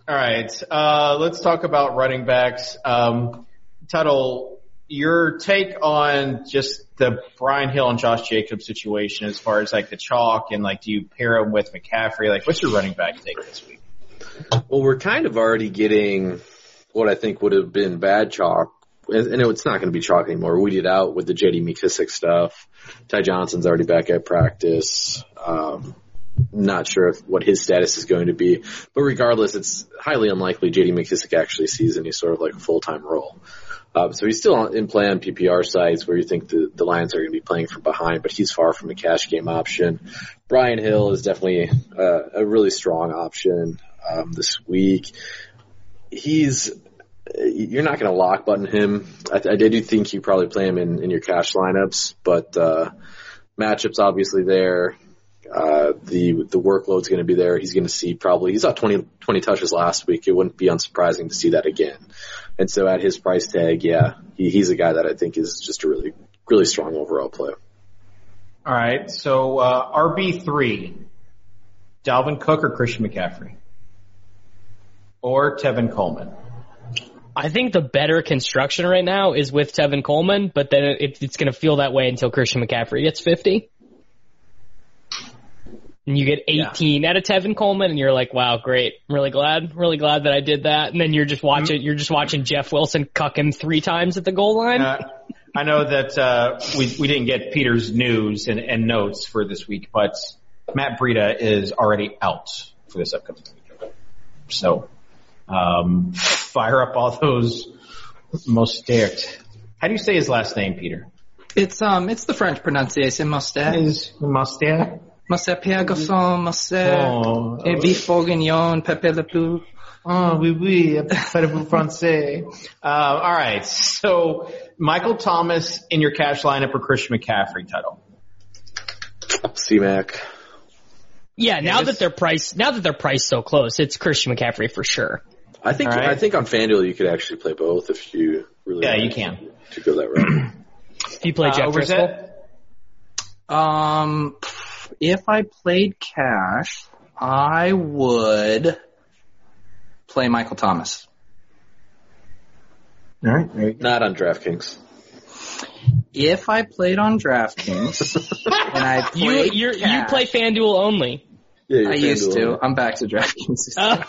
S1: all right, uh, let's talk about running backs. Um, Tuttle, your take on just the Brian Hill and Josh Jacobs situation as far as like the chalk and like do you pair him with McCaffrey? Like, what's your running back take this week?
S4: Well, we're kind of already getting what I think would have been bad chalk, and and it's not going to be chalk anymore. We did out with the J.D. McKissick stuff. Ty Johnson's already back at practice. Um, not sure if, what his status is going to be, but regardless, it's highly unlikely J.D. McKissick actually sees any sort of like a full-time role. Uh, so he's still in play on PPR sites where you think the, the Lions are going to be playing from behind, but he's far from a cash game option. Brian Hill is definitely uh, a really strong option um, this week. He's you're not going to lock button him. I, I do think you probably play him in, in your cash lineups, but uh, matchups obviously there. Uh, the the workload's going to be there. He's going to see probably he saw 20, 20 touches last week. It wouldn't be unsurprising to see that again. And so at his price tag, yeah, he, he's a guy that I think is just a really really strong overall player.
S1: All right, so uh, RB three, Dalvin Cook or Christian McCaffrey, or Tevin Coleman.
S3: [LAUGHS] I think the better construction right now is with Tevin Coleman, but then it, it's going to feel that way until Christian McCaffrey gets 50. And you get 18 out of Tevin Coleman and you're like, wow, great. I'm really glad, really glad that I did that. And then you're just
S5: Mm-hmm.
S3: watching, you're just watching Jeff Wilson cuck him three times at the goal line.
S1: Uh, I know that uh, we we didn't get Peter's news and, and notes for this week, but Matt Breida is already out for this upcoming week.
S5: So um, fire up all those Mostert. How do you say his last name, Peter?
S2: It's um, it's the French pronunciation, Mustard.
S5: Is Mostert?
S2: Mustard Pierre Garçon, Mustard.
S5: Oh,
S2: Et beef bourguignon, Pepe Le Pew.
S5: Oh, oui, oui, incredible français. Uh, all right, so Michael Thomas in your cash lineup or Christian McCaffrey title?
S4: C Mac.
S3: Yeah, now that they're priced, now that they're priced so close, it's Christian McCaffrey for sure.
S4: I think
S5: All right.
S4: I think on FanDuel you could actually play both if you really
S5: Yeah,
S4: wanted
S5: you can.
S4: to go that route. [CLEARS THROAT]
S3: If you play
S5: Uh,
S3: Jack
S5: over
S3: Driscoll,
S5: Zed?
S2: Um, if I played cash, I would play Michael Thomas.
S5: All right, there you go.
S4: Not on DraftKings.
S2: If I played on DraftKings
S3: [LAUGHS]
S2: and I
S3: you
S2: played
S3: you you
S2: cash-
S3: play FanDuel only.
S4: Yeah, your
S2: I used
S4: FanDuel.
S2: to. I'm back to DraftKings.
S3: Uh,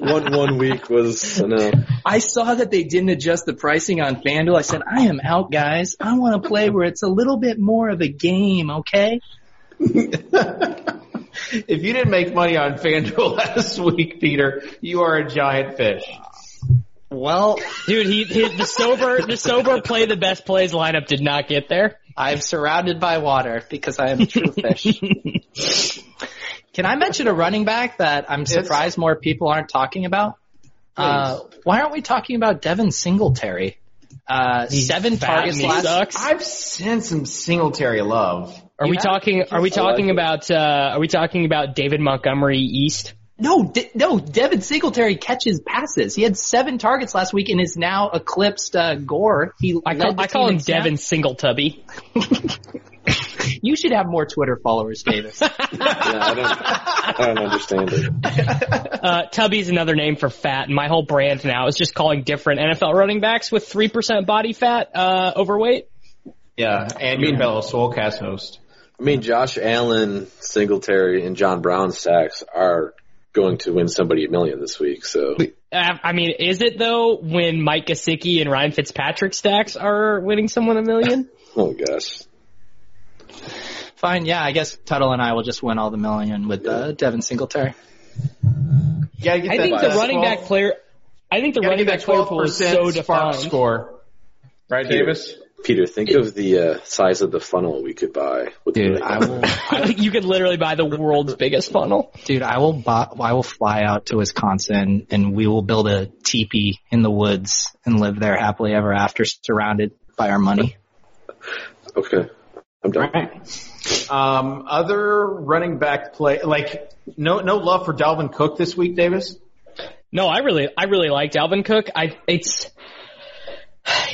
S4: One one week was enough.
S2: I saw that they didn't adjust the pricing on FanDuel. I said, I am out, guys. I want to play where it's a little bit more of a game, okay?
S1: If you didn't make money on FanDuel [LAUGHS] last week, Peter, you are a giant fish.
S2: Well,
S3: Dude, he, he the sober the sober play the best plays lineup did not get there.
S2: I'm surrounded by water because I am a
S3: [LAUGHS]
S2: true fish. [LAUGHS] Can I mention a running back that I'm surprised more people aren't talking about? Uh, why aren't we talking about Devin Singletary? Uh, seven
S3: fat
S2: targets
S3: and he
S2: last.
S3: sucks.
S5: I've sent some Singletary love.
S3: Are we
S2: Yeah.
S3: talking? Are we talking about? Uh, are we talking about David Montgomery East?
S2: No, De- no, Devin Singletary catches passes. He had seven targets last week and is now eclipsed uh, Gore. He
S3: I call, I call him Devin Singletubby.
S2: You should have more Twitter followers, Davis.
S4: Yeah, I don't, I don't understand it.
S3: Uh, Tubby is another name for fat, and my whole brand now is just calling different NFL running backs with three percent body fat, uh, overweight.
S1: Yeah, and your fellow Soulcast host.
S4: I mean, Josh Allen, Singletary, and John Brown stacks are going to win somebody a million this week. So
S3: Uh, I mean, is it though when Mike Gesicki and Ryan Fitzpatrick stacks are winning someone a million?
S4: oh gosh,
S2: Fine, yeah, I guess Tuttle and I will just win all the million with uh, Devin Singletary.
S1: You gotta get
S3: I
S1: that
S3: think the
S1: uh,
S3: running
S1: 12
S3: back player. I think the
S1: gotta
S3: running
S1: get
S3: back
S1: that
S3: player
S1: twelve
S3: pool is
S1: percent
S3: so
S1: spark
S3: defined.
S1: score. Right,
S4: Peter.
S1: Davis?
S4: Peter, think of the uh, size of the funnel we could buy. With
S2: Dude,
S4: the
S2: I will,
S3: [LAUGHS] you could literally buy the world's biggest funnel.
S2: dude, I will, buy, I will fly out to Wisconsin and we will build a teepee in the woods and live there happily ever after, surrounded by our money.
S4: okay, I'm done.
S1: Um, other running back play, like no no love for Dalvin Cook this week, Davis.
S3: No, I really, I really liked Alvin Cook. I, it's,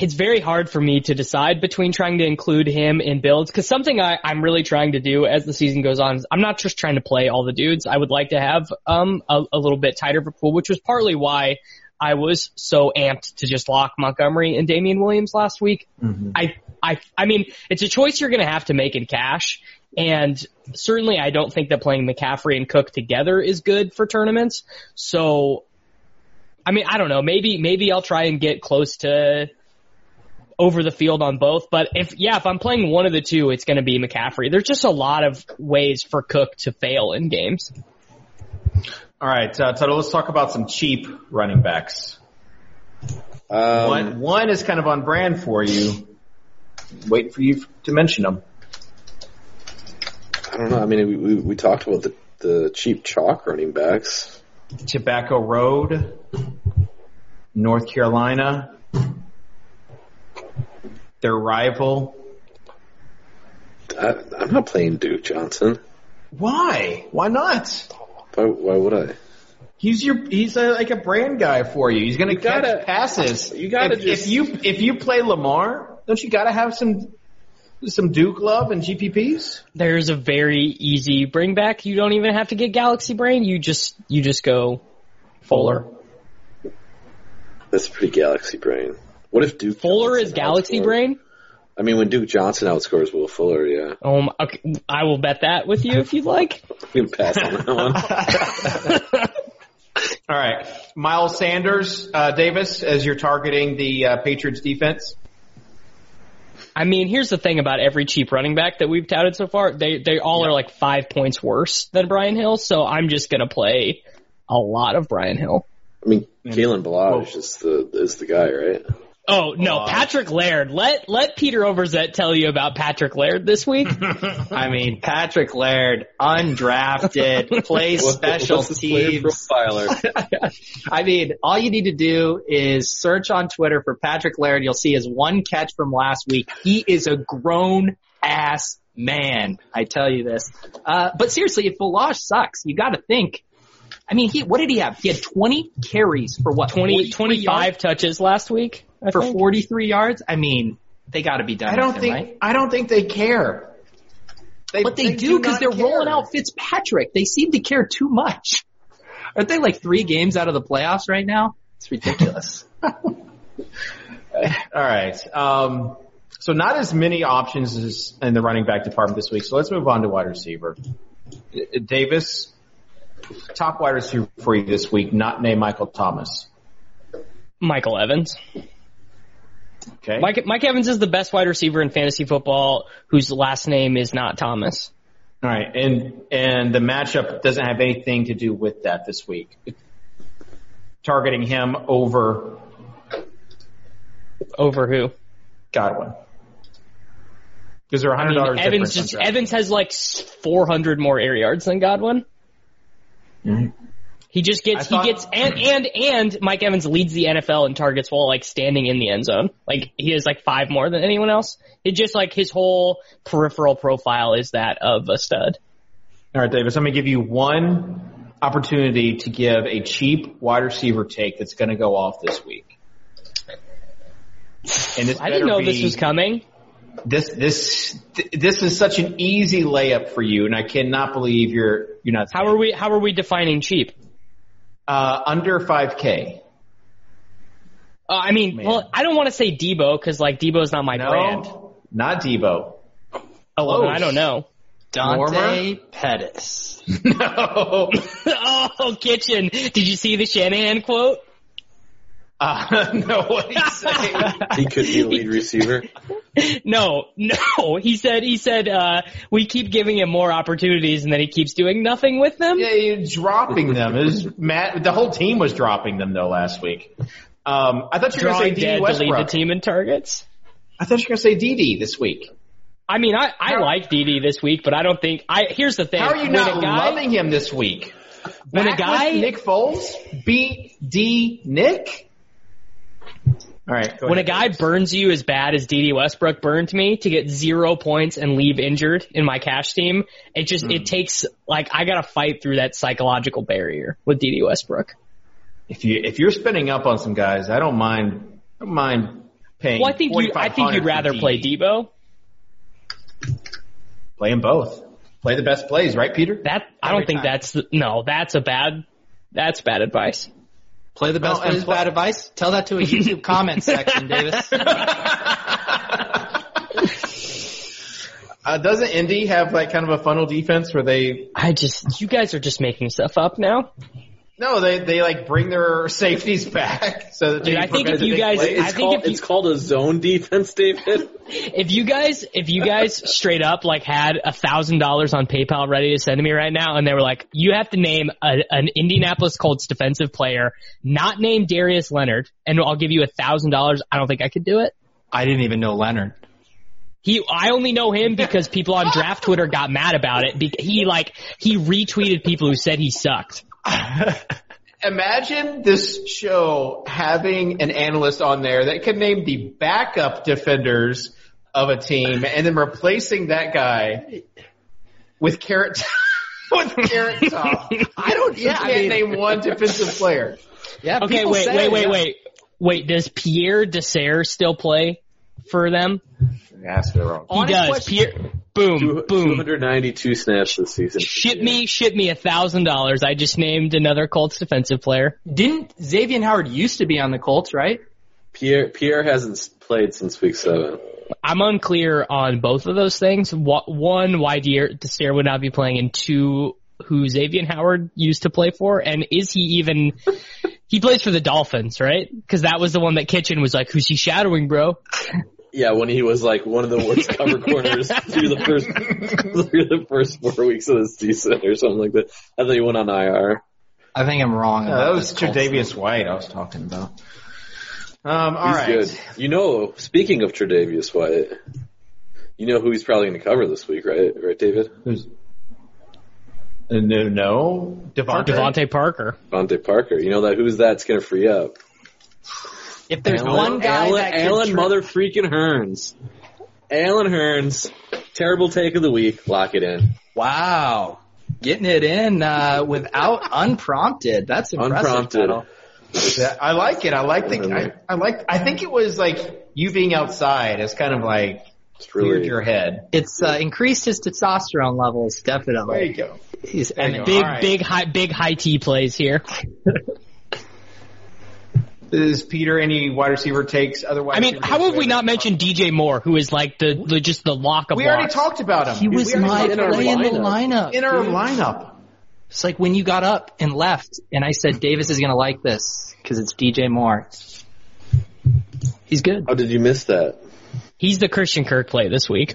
S3: it's very hard for me to decide between trying to include him in builds because something I, I'm really trying to do as the season goes on is I'm not just trying to play all the dudes. I would like to have um a, a little bit tighter of a pool, which was partly why I was so amped to just lock Montgomery and Damian Williams last week. I, I, I mean, it's a choice you're going to have to make in cash. And certainly I don't think that playing McCaffrey and Cook together is good for tournaments. So, I mean, I don't know. Maybe, maybe I'll try and get close to over the field on both. But if, yeah, if I'm playing one of the two, it's going to be McCaffrey. There's just a lot of ways for Cook to fail in games.
S5: All right, uh, Tuttle, let's talk about some cheap running backs.
S4: Um,
S5: one, one is kind of on brand for you. Waiting for you to mention them.
S4: I don't know. I mean, we, we, we talked about the, the cheap chalk running backs.
S5: Tobacco Road, North Carolina, their rival.
S4: I, I'm not playing Duke Johnson.
S5: Why? Why not?
S4: Why, why would I?
S5: He's your he's a, like a brand guy for you. He's gonna
S4: gotta-
S5: catch passes.
S4: you gotta
S5: if,
S4: just-
S5: if you if you play Lamar, don't you gotta have some some Duke love and GPPs?
S3: There's a very easy bring back. You don't even have to get Galaxy Brain. You just, you just go Fuller.
S4: That's pretty galaxy brain. What if Duke
S3: Fuller
S4: Johnson
S3: is Galaxy
S4: outscored-
S3: Brain.
S4: I mean, when Duke Johnson outscores Will Fuller, yeah,
S3: Um, okay, I will bet that with you if you'd like.
S4: we can pass on that one.
S1: All right, Miles Sanders, uh, Davis, as you're targeting the uh, Patriots defense.
S3: I mean, here's the thing about every cheap running back that we've touted so far. They they all are like five points worse than Brian Hill, so I'm just gonna play a lot of Brian Hill.
S4: I
S3: [LAUGHS]
S4: mean, Kalen Balaj is the is the guy, right?
S3: Oh no,
S1: Wow.
S3: Patrick Laird. Let let Peter Overzet tell you about Patrick Laird this week.
S5: I mean, Patrick Laird,
S2: [LAUGHS]
S5: undrafted, plays
S4: What-
S5: special
S4: what's his player
S5: teams.
S4: profiler?
S5: I mean, all you need to do is search on Twitter for Patrick Laird. You'll see his one catch from last week. He is a grown ass man. I tell you this. Uh, but seriously, if Balaj sucks, you got to think. I mean, he what did he have? He had 20 carries for what?
S3: 20,
S5: 43 yards?
S3: 25 touches last week. I
S5: for
S3: think.
S5: 43 yards. I mean, they got to be done.
S1: I don't
S5: with him,
S1: think
S5: right?
S1: I don't think they care.
S5: but they, do
S1: not
S5: because they're
S1: care.
S5: rolling out Fitzpatrick. They seem to care too much. Aren't they like three games out of the playoffs right now? It's ridiculous.
S1: All right. Um, so not as many options as in the running back department this week. So let's move on to wide receiver. Uh, Davis, top wide receiver for you this week, not named Michael Thomas.
S3: Michael Evans.
S1: Okay.
S3: Mike, Mike Evans is the best wide receiver in fantasy football whose last name is not Thomas.
S1: All right. And and the matchup doesn't have anything to do with that this week. Targeting him over
S3: Over who?
S1: Godwin. Because they're a
S3: I
S1: hundred
S3: mean,
S1: dollars
S3: Evans
S1: difference.
S3: just
S1: on draft.
S3: Evans has like 400 more air yards than Godwin. He just gets
S1: Mm-hmm. I
S3: he
S1: thought-
S3: gets and and and Mike Evans leads the NFL in targets while like standing in the end zone. Like he has like five more than anyone else. It just like his whole peripheral profile is that of a stud.
S1: All right, Davis, I'm going to give you one opportunity to give a cheap wide receiver take that's going to go off this week. And this
S3: I
S1: better
S3: didn't know this
S1: be-
S3: was coming.
S1: This this th- this is such an easy layup for you, and I cannot believe you're you're not.
S3: How are we how are we defining cheap?
S1: uh, under 5K?
S3: Uh, I mean,
S1: Man.
S3: well, I don't want to say Debo because like Debo's not my
S1: No,
S3: brand.
S1: not Debo.
S3: Oh, well, then I
S1: Close.
S3: don't know. [LAUGHS]
S5: Dante Pettis.
S1: [LAUGHS] No,
S3: oh, Kitchen, did you see the Shanahan quote?
S1: uh, [LAUGHS] no, what do you say?
S3: [LAUGHS]
S4: He could be a lead receiver.
S3: No, no. He said he said uh, we keep giving him more opportunities, and then he keeps doing nothing with them.
S1: Yeah, you're dropping them. It was Matt. The whole team was dropping them though last week. Um, I thought you were
S3: Drawing
S1: going to say D.
S3: dead to lead the
S1: Westbrook.
S3: team in targets.
S1: I thought you were going to say DD this week.
S3: I mean, I, I like DD this week, but I don't think I. Here's the thing:
S1: How are you
S3: when
S1: not
S3: a guy,
S1: loving him this week?
S3: when a
S1: Back
S3: guy,
S1: with Nick Foles, BD Nick. All right. go
S3: when a
S1: ahead.
S3: guy burns you as bad as DD Westbrook burned me to get zero points and leave injured in my cash team, it just
S1: Hmm.
S3: it takes like I gotta fight through that psychological barrier with DD Westbrook.
S1: if you if you're spinning up on some guys, I don't mind. I don't mind paying.
S3: Well, I think you I think
S1: 4,500
S3: you'd
S1: for
S3: rather play Debo.
S1: Play them both. Play the best plays, right, Peter?
S3: That I don't think that's no, that's a bad that's bad advice.
S5: Play the best
S2: Oh,
S1: No, and
S5: plays,
S1: pl-
S5: bad advice. Tell that to a YouTube comment
S3: [LAUGHS]
S5: section, Davis.
S1: Uh, doesn't Indy have like kind of a funnel defense where they
S3: I just you guys are just making stuff up now.
S1: no they they like bring their safeties [LAUGHS] back so that
S3: Dude,
S1: they
S3: I think
S1: prevent
S3: if you
S1: big
S3: guys-
S1: plays.
S3: [LAUGHS] I
S4: It's
S3: think
S4: called
S3: if you-
S4: it's called a zone defense, David.
S3: If you guys if you
S5: [LAUGHS]
S3: guys straight up like had a thousand dollars on PayPal ready to send to me right now and they were like, you have to name a, an Indianapolis Colts defensive player, not named Darius Leonard, and I'll give you a thousand dollars. I don't think I could do it.
S5: I didn't even know Leonard.
S3: He, I only know him because people on draft Twitter got mad about it. Be- He like, he retweeted people who said he sucked.
S1: Imagine this show having an analyst on there that could name the backup defenders of a team and then replacing that guy with carrot [LAUGHS] with carrot top. I don't yeah,
S5: I
S1: can't
S5: mean-
S1: name one defensive player.
S5: Yeah.
S3: Okay,
S5: people
S3: wait,
S5: say
S3: wait,
S5: it,
S3: wait,
S5: yeah.
S3: wait, wait. Does Pierre Desir still play for them?
S1: Ask the wrong.
S3: He does. Pierre, boom,
S4: Two
S3: boom.
S4: hundred ninety-two snaps this season.
S3: Ship me, ship me a thousand dollars. I just named another Colts defensive player.
S5: Didn't Xavier Howard used to be on the Colts, right?
S4: Pierre Pierre hasn't s- played since week seven.
S3: I'm unclear on both of those things. Wh- One, why Deer- Desir would not be playing, and two, who Xavier Howard used to play for, and is he even? he plays for the Dolphins, right? Because that was the one that Kitchen was like, "Who's he shadowing, bro?"
S4: Yeah, when he was like one of the worst [LAUGHS] cover corners through the first [LAUGHS] through the first four weeks of the season or something like that. I thought he went on IR.
S5: I think I'm wrong.
S1: No, Oh, that
S5: about
S1: was
S5: this Colts.
S1: Tre'Davious White I was talking about. Um, all
S4: He's
S1: right.
S4: good. You know, speaking of Tre'Davious White, you know who he's probably going to cover this week, right? Right, David?
S1: Who's- uh, no, no, Devontae.
S3: Devontae Parker.
S4: Vontae Parker. You know that who's that's going to free up?
S5: If there's
S4: Alan,
S5: one guy
S4: Alan,
S5: that could
S4: Alan
S5: tr-
S4: mother freaking Hearns. Alan Hearns. Terrible take of the week. Lock it in.
S5: wow, getting it in uh,
S3: [LAUGHS]
S5: without unprompted. That's impressive.
S4: Unprompted.
S5: Tuttle.
S1: Yeah, I like it. I like the. I, I like. I think it was like you being outside has kind of like
S4: It's
S1: cleared
S4: really
S1: your head.
S5: It's uh, increased his testosterone levels
S1: There
S5: definitely.
S1: you go.
S5: He's
S1: you go. All
S3: Big,
S1: right.
S3: big, high, big high T plays here.
S1: Is Peter any wide receiver takes? Otherwise,
S3: I mean, how have we not mentioned DJ Moore, who is like the, the just the lock of
S1: We already
S3: locks?
S1: talked about him.
S5: he
S1: We
S5: was
S1: already
S5: my
S1: talked
S4: in our
S5: play in the
S4: lineup.
S5: lineup.
S1: in our
S5: dude.
S1: lineup.
S5: It's like when you got up and left, and I said Davis is gonna like this because it's DJ Moore. He's good.
S4: How Oh, did you miss that?
S3: He's the Christian Kirk play this week.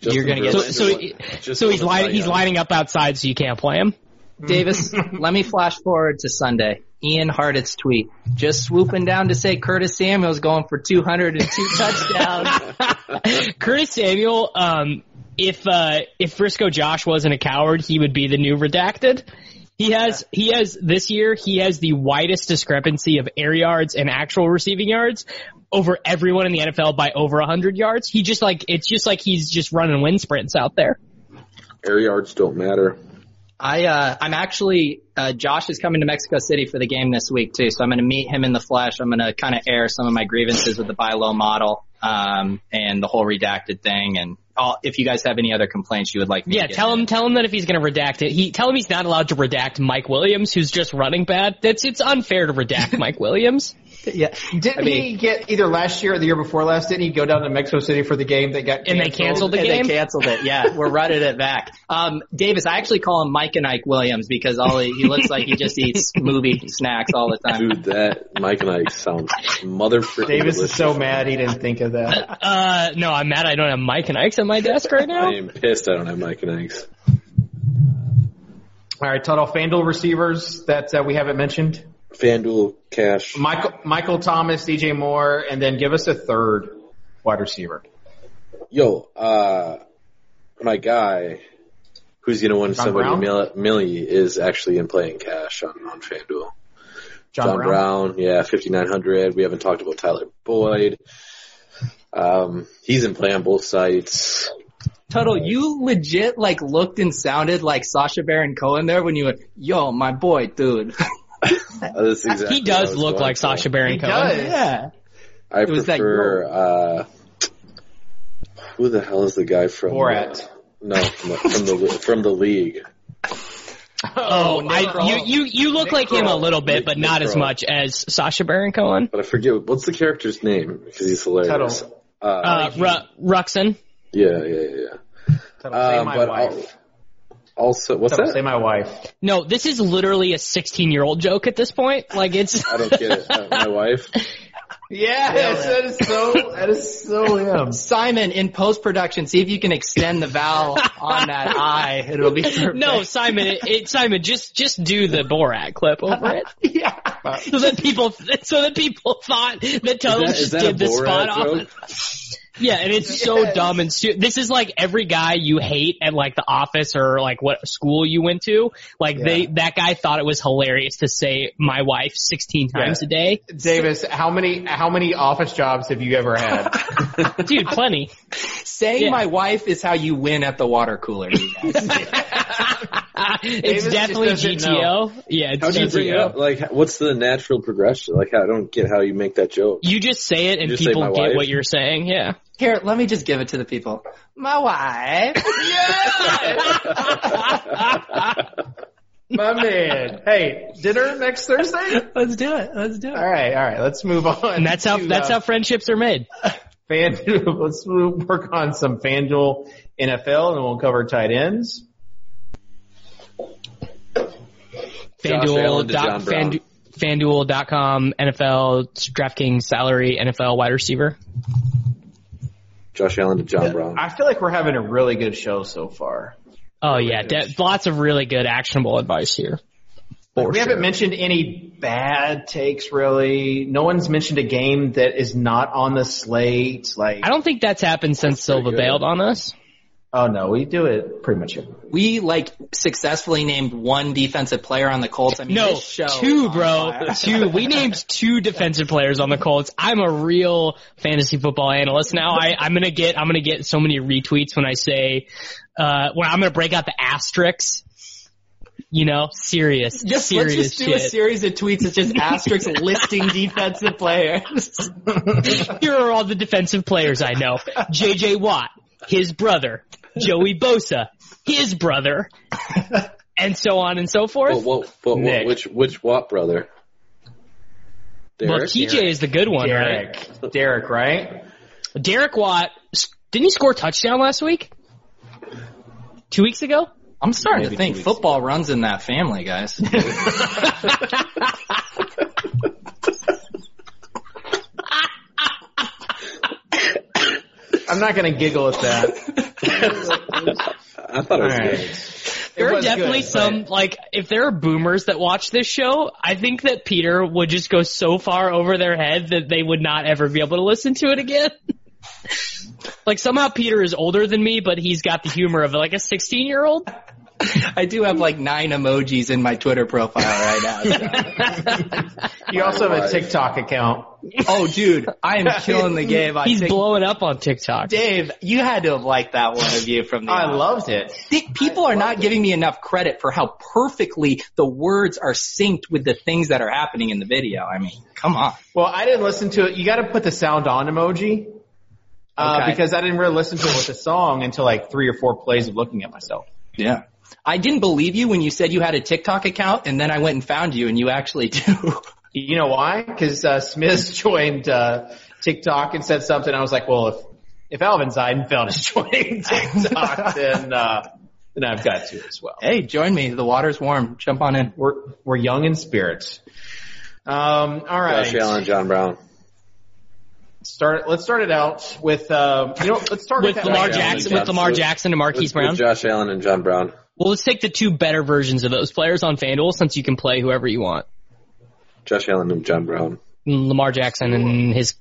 S5: You're gonna get-
S3: So
S5: Just
S3: so he- so
S1: Oh,
S3: he's lining he's lining up outside, so you can't play him. [LAUGHS]
S5: Davis, let me flash forward to Sunday. Ian Hardit's tweet. Just swooping down to say Curtis Samuel's going for
S3: [LAUGHS]
S5: 200 and two touchdowns.
S3: Curtis Samuel, um, if uh, if Frisco Josh wasn't a coward, he would be the new redacted. He has he has this year he has the widest discrepancy of air yards and actual receiving yards over everyone in the NFL by over hundred yards. He just like it's just like he's just running wind sprints out there.
S4: Air yards don't matter.
S5: I, uh, I'm actually, uh, Josh is coming to Mexico City for the game this week too, so I'm gonna meet him in the flesh. I'm gonna kinda air some of my grievances with the buy low model, um, and the whole redacted thing and all, if you guys have any other complaints you would like me
S3: Yeah,
S5: to get
S3: tell
S5: in.
S3: him tell him that if he's gonna redact it, he tell him he's not allowed to redact Mike Williams, who's just running bad. That's it's unfair to redact [LAUGHS] Mike Williams.
S5: Yeah.
S1: Didn't
S5: I mean-
S1: he get either last year or the year before last? Didn't he go down to Mexico City for the game that got
S3: And they canceled the
S5: and
S3: game.
S5: they canceled it. Yeah, we're running it back. Um, Davis, I actually call him Mike and Ike Williams because all he, he looks like he just
S3: [LAUGHS]
S5: eats movie snacks all the time.
S4: Dude, that Mike and I sound mother
S1: [LAUGHS]
S4: freaking
S1: Davis is
S4: delicious.
S1: so mad he didn't think of
S3: [LAUGHS]
S1: that.
S3: Uh, no, I'm mad I don't have Mike and Ike's at my desk
S4: [LAUGHS]
S3: right now.
S4: I am pissed I don't have Mike and Ike's.
S1: All right, total Fanduel receivers that uh, we haven't mentioned:
S4: FanDuel cash.
S1: Michael, Michael Thomas, DJ Moore, and then give us a third wide receiver.
S4: Yo, uh, my guy, who's gonna win
S1: John
S4: somebody
S1: Brown?
S4: mil- millie is actually in playing cash on on FanDuel.
S1: John, Brown.
S4: yeah, fifty nine hundred. We haven't talked about Tyler Boyd. Um, he's in play on both sites.
S5: Tuttle, you legit like looked and sounded like Sasha Baron Cohen there when you went, yo, my boy, dude. [LAUGHS]
S4: Uh, this is exactly
S3: he
S4: what I
S3: does
S4: was
S3: look
S4: going
S3: like
S4: for.
S3: Sasha Baron
S1: He
S3: Cohen.
S1: does.
S5: yeah.
S4: I
S5: was that
S4: prefer. Uh, who the hell is the guy from?
S1: Borat.
S4: uh, no, from the, from the from the league.
S3: Oh, I,
S1: Kroll.
S3: you you you look like him a
S4: Kroll.
S3: little bit,
S4: Nick-
S3: but
S4: Nick
S3: not as
S4: Kroll.
S3: much as Sasha Baron Cohen.
S4: But I forget what's the character's name because he's hilarious.
S1: Tuttle.
S4: Uh,
S3: Uh, Ru- Ruxin.
S4: yeah, yeah, yeah. yeah.
S1: say
S4: Um,
S1: my
S4: but
S1: wife.
S4: al- also, what's
S1: Don't
S4: that?
S1: Uh, say my wife.
S3: No, this is literally a 16 year old joke at this point. Like it's.
S4: [LAUGHS] I don't get it. Uh,
S1: [LAUGHS]
S4: my wife.
S1: Yes, that is so. That is [LAUGHS] so him.
S5: Simon, in post production, see if you can extend the vowel on that I. It'll be perfect.
S3: No, Simon, it, it, Simon, just just do the Borat clip over
S5: [LAUGHS]
S3: it,
S1: Yeah.
S3: so that people so that people thought that
S1: Oh,
S3: Tuttle
S4: Is that- is
S3: just
S4: that a
S3: did the spot
S4: Borat
S3: off.
S4: joke?
S3: Yeah, and it's so dumb and stu- this is like every guy you hate at like the office or like what school you went to. Like they that guy thought it was hilarious to say my wife 16 times
S1: Yeah.
S3: a day.
S1: Davis, how many how many office jobs have you ever had?
S3: Dude,
S5: [LAUGHS]
S3: plenty.
S5: Saying
S3: Yeah.
S5: my wife is how you win at the water cooler. you guys.
S3: [LAUGHS] Ah, it's
S1: just
S3: definitely
S1: doesn't
S3: GTO. Yeah, it's
S4: How do you bring it up?
S3: GTO.
S4: Like, what's the natural progression? Like, I don't get how you make that joke.
S3: You just say it and
S4: You just say,
S3: people
S4: "My
S3: get
S4: wife."
S3: what you're saying. Yeah.
S5: Here, let me just give it to the people. My wife.
S1: [LAUGHS]
S5: [LAUGHS]
S1: My man. Hey, dinner next Thursday?
S5: Let's do it. Let's do it.
S1: All right, all right. Let's move on.
S3: And that's how
S1: uh,
S3: that's how friendships are made.
S1: fan. [LAUGHS] Let's move- work on some FanDuel NFL, and we'll cover tight ends.
S4: Josh Allen
S3: FanDuel
S4: to
S3: dot
S4: John Brown.
S3: Fandu- FanDuel.com, NFL, DraftKings salary, NFL wide receiver.
S4: Josh Allen to John Brown.
S1: I feel like we're having a really good show so far.
S3: Oh yeah, de- lots of really good actionable advice here. For
S1: We
S3: sure.
S1: haven't mentioned any bad takes really. No one's mentioned a game that is not on the slate. Like,
S3: I don't think that's happened since Silva bailed on us.
S1: oh no, we do it pretty much every week.
S2: We like successfully named one defensive player on the Colts. I mean,
S3: No,
S2: this show
S3: two,
S2: on
S3: bro,
S2: fire.
S3: [LAUGHS] two. We named two defensive players on the Colts. I'm a real fantasy football analyst now. I, I'm gonna get, I'm gonna get so many retweets when I say, uh, when I'm gonna break out the asterisks. You know, serious,
S2: Just
S3: serious
S2: let's just do a
S3: shit.
S2: series of tweets that's just asterisks listing defensive players.
S3: Here are all the defensive players I know. JJ Watt, his brother. Joey Bosa, his brother. And so on and so forth.
S4: Whoa, whoa, whoa, whoa,
S1: Nick.
S4: which which Watt brother?
S3: well,
S4: Derek?
S3: TJ is the good one, right?
S1: Derek, Derek, right?
S3: Derek Watt, s- didn't he score a touchdown last week? Two weeks ago?
S2: I'm starting
S4: Maybe
S2: to think
S4: two weeks.
S2: football runs in that family, guys.
S1: [LAUGHS] I'm not gonna giggle at that.
S4: I thought it was
S1: All right.
S4: Derek.
S3: There are
S1: was
S3: definitely
S1: good,
S3: some, like, if there are boomers that watch this show, I think that Peter would just go so far over their head that they would not ever be able to listen to it again. [LAUGHS] like, somehow Peter is older than me, but he's got the humor of, like, a 16 year old.
S2: [LAUGHS] I do have like nine emojis in my Twitter profile right now. so. [LAUGHS]
S1: You also have a
S4: Right.
S1: TikTok account.
S2: Oh, dude, I am killing the game. I
S3: He's
S2: think-
S3: blowing up on TikTok.
S2: Dave, you had to have liked that one of you from the.
S1: I loved it.
S2: Think people are not giving me enough credit for how perfectly the words are synced with the things that are happening in the video. I mean, come on.
S1: Well, I didn't listen to it. You got to put the sound on emoji uh,
S2: Okay.
S1: because I didn't really listen to it with the song until like three or four plays of looking at myself.
S2: Yeah. I didn't believe you when you said you had a TikTok account, and then I went and found you, and you actually [LAUGHS] do.
S1: You know why? Because uh, Smith [LAUGHS] joined uh, TikTok and said something. I was like, well, if if Alvin Seidenfeld is [LAUGHS] joining
S4: [LAUGHS]
S1: TikTok, then uh, then I've got to as well.
S2: hey, join me. The water's warm. Jump on in.
S1: We're we're young in spirit. Um, all right.
S4: Josh Allen, John Brown.
S1: Start. Let's start it out with. Um, you know, let's start
S3: With
S1: that
S3: Lamar
S1: right now.
S3: Jackson, with Lamar Jackson and Marquise
S4: With,
S3: Brown.
S4: with Josh Allen and John Brown.
S3: Well, let's take the two better versions of those players on FanDuel since you can play whoever you want.
S4: Josh Allen and John Brown.
S3: Lamar Jackson and his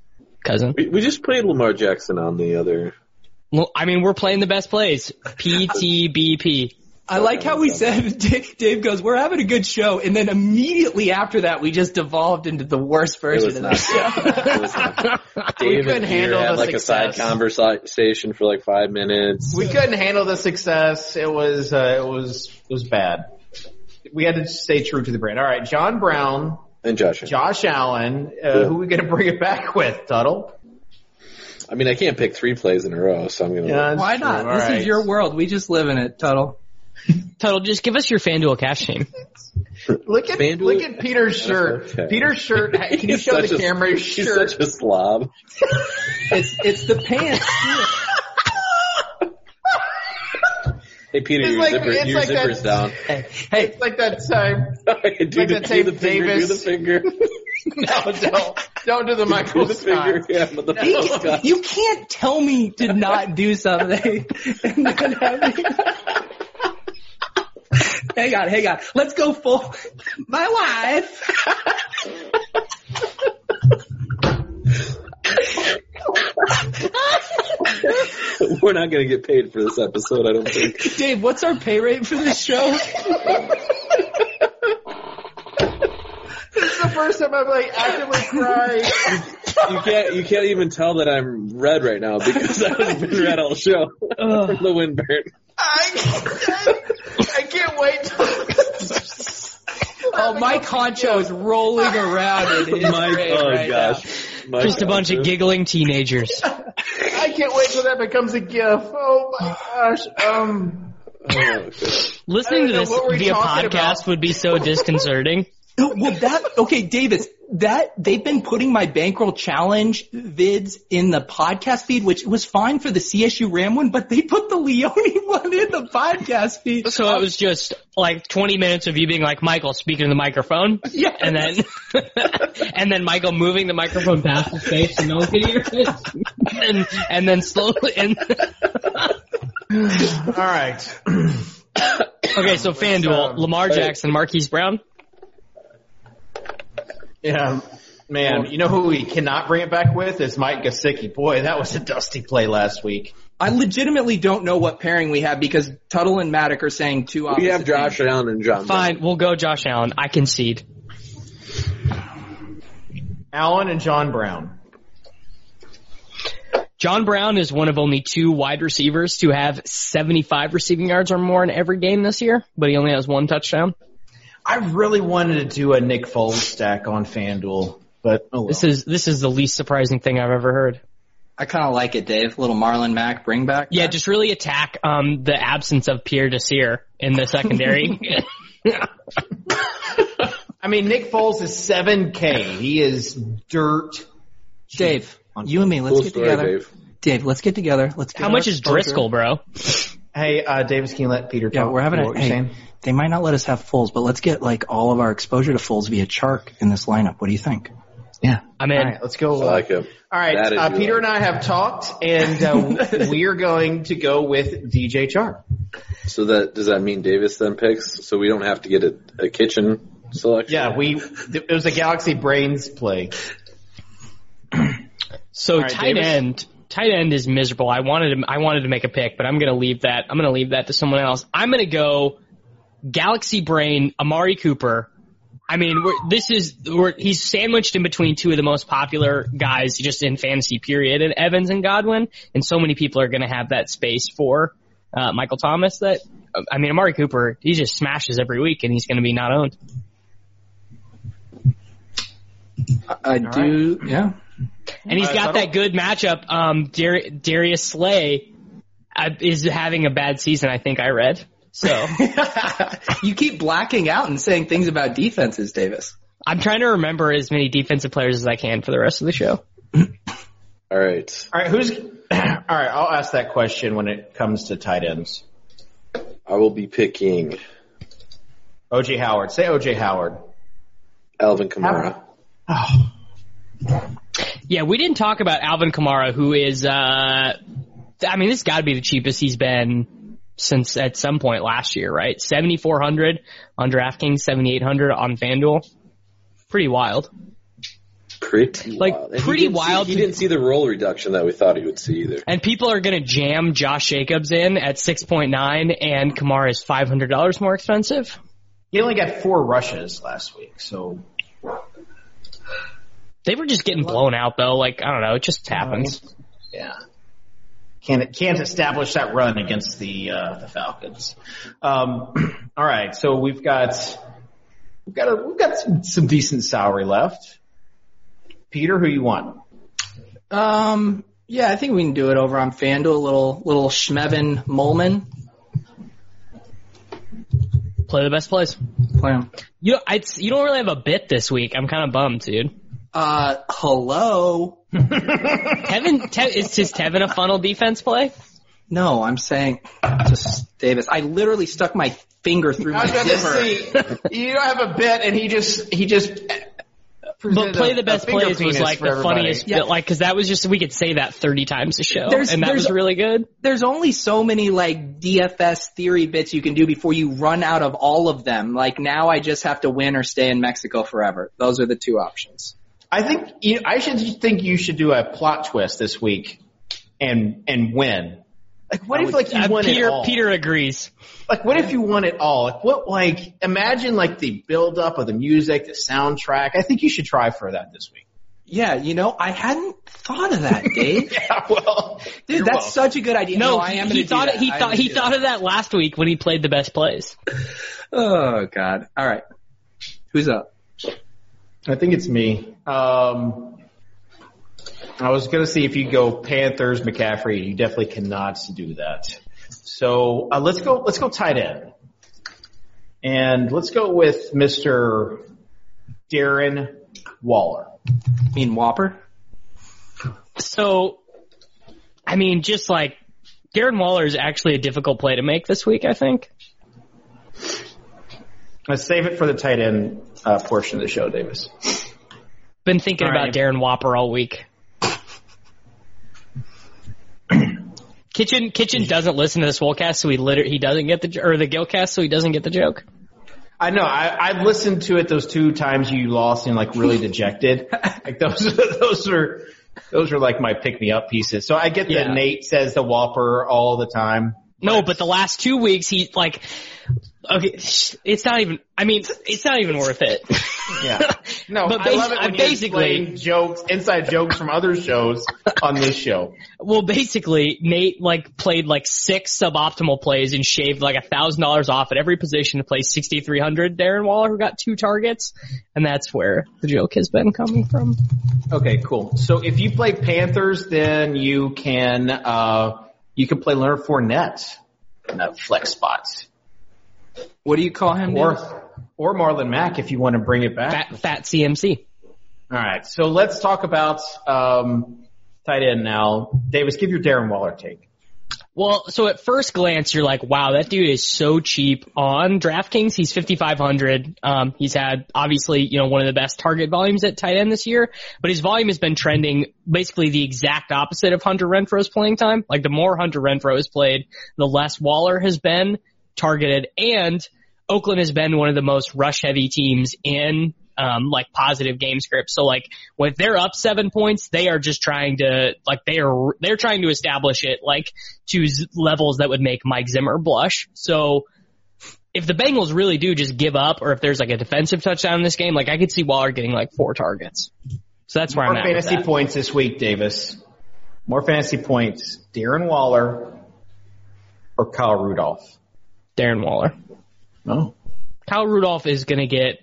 S3: cousin.
S4: We, we just played Lamar Jackson on the other.
S3: Well, I mean, we're playing the best plays. PTBP.
S2: I like how we
S4: [LAUGHS]
S2: said Dave, Dave goes, "We're having a good show," and then immediately after that, we just devolved into the worst
S4: It
S2: version
S4: was
S2: of
S4: not.
S1: [LAUGHS]
S2: that [LAUGHS] show.
S4: [LAUGHS] It was not. Dave
S1: couldn't
S4: and Peter
S1: handle
S4: had
S1: the
S4: like a side
S1: success.
S4: conversation for like five minutes.
S1: We couldn't handle the success. It was uh, it was it was bad. We had to stay true to the brand. All right, John Brown,
S4: and Josh. Allen.
S1: Josh Allen. Uh, Who are we gonna bring it back with, Tuttle?
S4: I mean, I can't pick three plays in a row, so I'm gonna.
S1: that's
S2: Why
S1: true.
S2: not?
S1: All
S2: This
S1: right.
S2: is your world. We just live in it, Tuttle.
S3: Total, just give us your FanDuel cash team.
S1: look at
S4: FanDuel-
S1: look at Peter's shirt.
S4: Okay.
S1: Peter's [LAUGHS] shirt. Can you
S4: He's
S1: show
S4: such
S1: the
S4: a-
S1: camera his
S4: He's
S1: shirt?
S4: such a
S1: [LAUGHS]
S4: slob.
S2: It's it's the pants.
S4: Hey Peter,
S1: It's
S4: your
S1: like-
S4: zipper,
S1: it's
S4: your
S1: like
S4: zipper's down. [LAUGHS]
S2: hey,
S1: It's like that time.
S4: do,
S1: like
S4: the,
S1: that
S4: do the
S1: Dave
S4: finger, do the
S1: Davis.
S4: finger,
S1: [LAUGHS] No, don't don't do the
S4: do [LAUGHS]
S1: Michael
S4: the
S1: Scott.
S4: finger. Yeah, but the
S2: He-
S4: Michael Scott.
S2: you can't tell me to not do something. and then have me- hang on, hang on. Let's go full. My wife.
S4: [LAUGHS] We're not gonna get paid for this episode, I don't think.
S2: Dave, what's our pay rate for this show?
S1: It's the first time I've like actively cried.
S4: You can't, you can't even tell that I'm red right now because [LAUGHS] I've been red all show. From [LAUGHS] the wind burn.
S1: I, [LAUGHS] I can't wait. [LAUGHS] till-
S2: Oh, Mike Concho is rolling around in his
S4: My,
S2: grave
S4: oh
S2: right now.
S4: gosh. My
S3: Just a
S4: God,
S3: bunch of
S4: dude.
S2: [LAUGHS]
S3: giggling teenagers.
S1: I can't wait till that becomes a GIF. Oh my gosh. Um,
S4: Oh, God.
S3: Listening to
S1: I don't know
S3: this
S1: what we're
S3: via
S1: talking
S3: podcast
S1: about.
S3: would be so disconcerting.
S2: No, [LAUGHS] Well, that okay, Davis. That they've been putting my bankroll challenge vids in the podcast feed, which was fine for the CSU Ram one, but they put the Leone [LAUGHS] one in the podcast feed.
S3: So it was just like 20 minutes of you being like Michael speaking to the
S2: [LAUGHS]
S3: microphone.
S2: Yeah.
S3: And then, [LAUGHS] and then Michael moving the microphone past his face so no one could hear it. [LAUGHS] And, and then slowly, and
S1: all right.
S3: Okay, so FanDuel, Lamar Jackson, Marquise Brown.
S1: Yeah, man. You know who we cannot bring it back with is Mike Gesicki. Boy, that was a dusty play last week.
S2: I legitimately don't know what pairing we have because Tuttle and Maddock are saying two opposite
S4: We have Josh
S2: things.
S4: Allen and John.
S3: Fine, we'll go Josh Allen. I concede.
S1: Allen and John Brown.
S3: John Brown is one of only two wide receivers to have 75 receiving yards or more in every game this year, but he only has one touchdown.
S1: I really wanted to do a Nick Foles stack on FanDuel, but oh well.
S3: This is this is the least surprising thing I've ever heard.
S2: I kind of like it, Dave. Little Marlon Mack bring back.
S3: Yeah, just really attack um the absence of Pierre Desir in the
S1: [LAUGHS]
S3: secondary.
S1: I mean, Nick Foles is 7K. He is dirt.
S2: Dave, you and me, let's
S4: Cool
S2: get
S4: story,
S2: together.
S4: Dave.
S2: let's get together. Let's. Get
S3: How
S2: our
S3: much is
S2: exposure.
S3: Driscoll, bro?
S1: Hey, uh, Davis, can you let Peter
S2: Yeah,
S1: talk?
S2: we're having
S1: You
S2: a.
S1: know what
S2: hey,
S1: you're saying?
S2: They might not let us have fulls, but let's get like all of our exposure to fulls via Chark in this lineup. What do you think?
S1: Yeah.
S3: I'm in.
S1: All right, let's go.
S4: I like
S1: uh,
S4: him.
S1: All right,
S4: That is
S1: uh,
S4: you
S1: Peter
S4: like.
S1: and I have talked, and
S2: [LAUGHS]
S1: uh, we are going to go with DJ Char.
S4: So that does that mean Davis then picks? So we don't have to get a, a kitchen selection.
S1: Yeah, we. It was a Galaxy Brains play.
S3: So
S1: right,
S3: tight
S1: Davis.
S3: end, tight end is miserable. I wanted to, I wanted to make a pick, but I'm gonna leave that. I'm gonna leave that to someone else. I'm gonna go Galaxy Brain, Amari Cooper. I mean, we're, this is we're, he's sandwiched in between two of the most popular guys just in fantasy period, and Evans and Godwin, and so many people are gonna have that space for uh, Michael Thomas. That I mean, Amari Cooper, he just smashes every week, and he's gonna be not owned.
S2: I do. Yeah.
S3: And he's
S1: Uh,
S3: got
S1: Tuttle?
S3: that good matchup. Um, Dar- Darius Slay uh, is having a bad season, I think I read. So
S2: [LAUGHS] you keep blacking out and saying things about defenses, Davis.
S3: I'm trying to remember as many defensive players as I can for the rest of the show.
S4: All right.
S1: All right, who's? [CLEARS THROAT] All right, I'll ask that question when it comes to tight ends.
S4: I will be picking
S1: OJ Howard. Say OJ Howard.
S4: Alvin Kamara.
S3: Yeah, we didn't talk about Alvin Kamara, who is, uh, I mean, this got to be the cheapest he's been since at some point last year, right? 7,400 on DraftKings, 7,800 on FanDuel. Pretty wild.
S4: Pretty
S3: Like,
S4: wild. And he
S3: pretty
S4: didn't see-
S3: wild
S4: he
S3: to-
S4: didn't see the role reduction that we thought he would see either.
S3: And people are going to jam Josh Jacobs in at 6.9 and Kamara is $500 more expensive.
S1: He only got four rushes last week, so
S3: They were just getting blown out though. Like, I don't know. It just happens.
S1: yeah. Can't can't establish that run against the uh, the Falcons. Um, [CLEARS THROAT] all right, so we've got we've got a, we've got some, some decent salary left. Peter, who you want?
S2: Um. Yeah, I think we can do it over on FanDuel. Little little Schmevin Molman.
S3: Play the best plays.
S2: Play 'em.
S3: You know, I, you don't really have a bit this week. I'm kind of bummed, dude.
S2: Uh, hello.
S3: Tevin, Te- is just Tevin a funnel defense play?
S2: No, I'm saying just Davis. I literally stuck my finger through my zipper.
S1: you don't have a bit, and he just he just.
S3: But play the best plays was like the funniest,
S2: Yeah.
S3: bit, like because that was just we could say that 30 times a show,
S2: There's-
S3: and that
S2: there's-
S3: was really good.
S2: [LAUGHS] There's only so many like DFS theory bits you can do before you run out of all of them. Like now, I just have to win or stay in Mexico forever. Those are the two options.
S1: I think you, I should think you should do a plot twist this week, and and win. Like what
S3: I
S1: if
S3: would-
S1: like you
S3: uh,
S1: won it
S3: Peter
S1: all?
S3: Peter agrees.
S1: Like what if you won it all? Like what like imagine like the build up of the music, the soundtrack. I think you should try for that this week.
S2: Yeah, you know, I hadn't thought of that,
S3: [LAUGHS]
S1: [LAUGHS]
S2: Dave.
S1: Yeah, well,
S2: Dude, that's such a good idea.
S3: No,
S2: I am
S3: he
S2: gonna do
S3: thought
S2: that.
S3: he
S2: I am
S3: thought
S2: gonna
S3: he
S2: do
S3: thought of that last week when he played the best plays.
S2: that. Oh God! All right, who's up?
S1: I think it's me. Um, I was gonna see if you go Panthers, McCaffrey. You definitely cannot do that. So uh, let's go. Let's go tight end, and let's go with Mister Darren Waller.
S2: You mean Whopper?
S3: So, I mean, just like Darren Waller is actually a difficult play to make this week. I think.
S1: Let's save it for the tight end uh, portion of the show, Davis.
S3: Been thinking
S1: All [COUGHS]
S3: about
S1: right.
S3: Darren Whopper all week. Kitchen Kitchen doesn't listen to this Wolcast, so he liter- he doesn't get the j- or the Gilcast, so he doesn't get the joke.
S1: I know. I, I've listened to it those two times you lost and like really [LAUGHS] dejected. like those, those are, those are like my pick me up pieces. So I get that
S3: Yeah.
S1: Nate says the Whopper all the time.
S3: No, but the last two weeks he like, okay, sh- it's not even. I mean, it's not even worth it.
S1: Yeah. [LAUGHS] No,
S3: But
S1: I love it
S3: basi-
S1: when you
S3: basically-
S1: explain jokes, inside jokes from other shows on this show.
S3: Well, basically, Nate like played like six suboptimal plays and shaved like a thousand dollars off at every position to play sixty three hundred. Darren Waller, who got two targets, and that's where the joke has been coming from.
S1: Okay, cool. So if you play Panthers, then you can uh you can play Leonard Fournette in that flex spot,
S2: What do you call him? Dave?
S1: or or Marlon Mack if you want to bring it back.
S3: Fat, fat CMC.
S1: All right, so let's talk about um tight end now. Davis, give your Darren Waller take.
S3: Well, so at first glance, you're like, wow, that dude is so cheap on DraftKings. He's 5,500. Um, he's had obviously, you know, one of the best target volumes at tight end this year, but his volume has been trending basically the exact opposite of Hunter Renfro's playing time. Like the more Hunter Renfro has played, the less Waller has been targeted and Oakland has been one of the most rush heavy teams in um, like positive game scripts. So like when they're up seven points, they are just trying to like they are they're trying to establish it like to z- levels that would make Mike Zimmer blush. So if the Bengals really do just give up, or if there's like a defensive touchdown in this game, like I could see Waller getting like four targets. So that's where
S1: More
S3: I'm at. with
S1: fantasy
S3: that.
S1: points this week, Davis. More fantasy points, Darren Waller or Kyle Rudolph.
S3: Darren Waller.
S1: Oh,
S3: Kyle Rudolph is going to get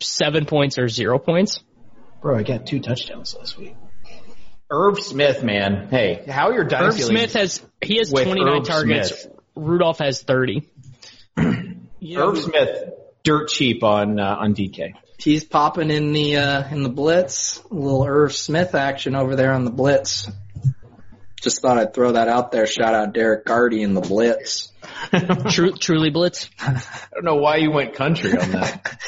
S3: seven points or zero points.
S1: Bro, I got two touchdowns last week. Herb Smith, man. Hey, how are your
S3: Herb
S1: dynasty?
S3: Smith has he has
S1: with
S3: 29
S1: Herb
S3: targets.
S1: Smith.
S3: Rudolph has 30.
S1: leagues? Herb Smith, dirt cheap on uh, on DK.
S2: He's popping in the uh, in the blitz. A little Irv Smith action over there on the blitz. Just thought I'd throw that out there. Shout out Derek Gardy in the blitz.
S3: [LAUGHS] Tru- truly blitz.
S1: I don't know why you went country on [LAUGHS] that.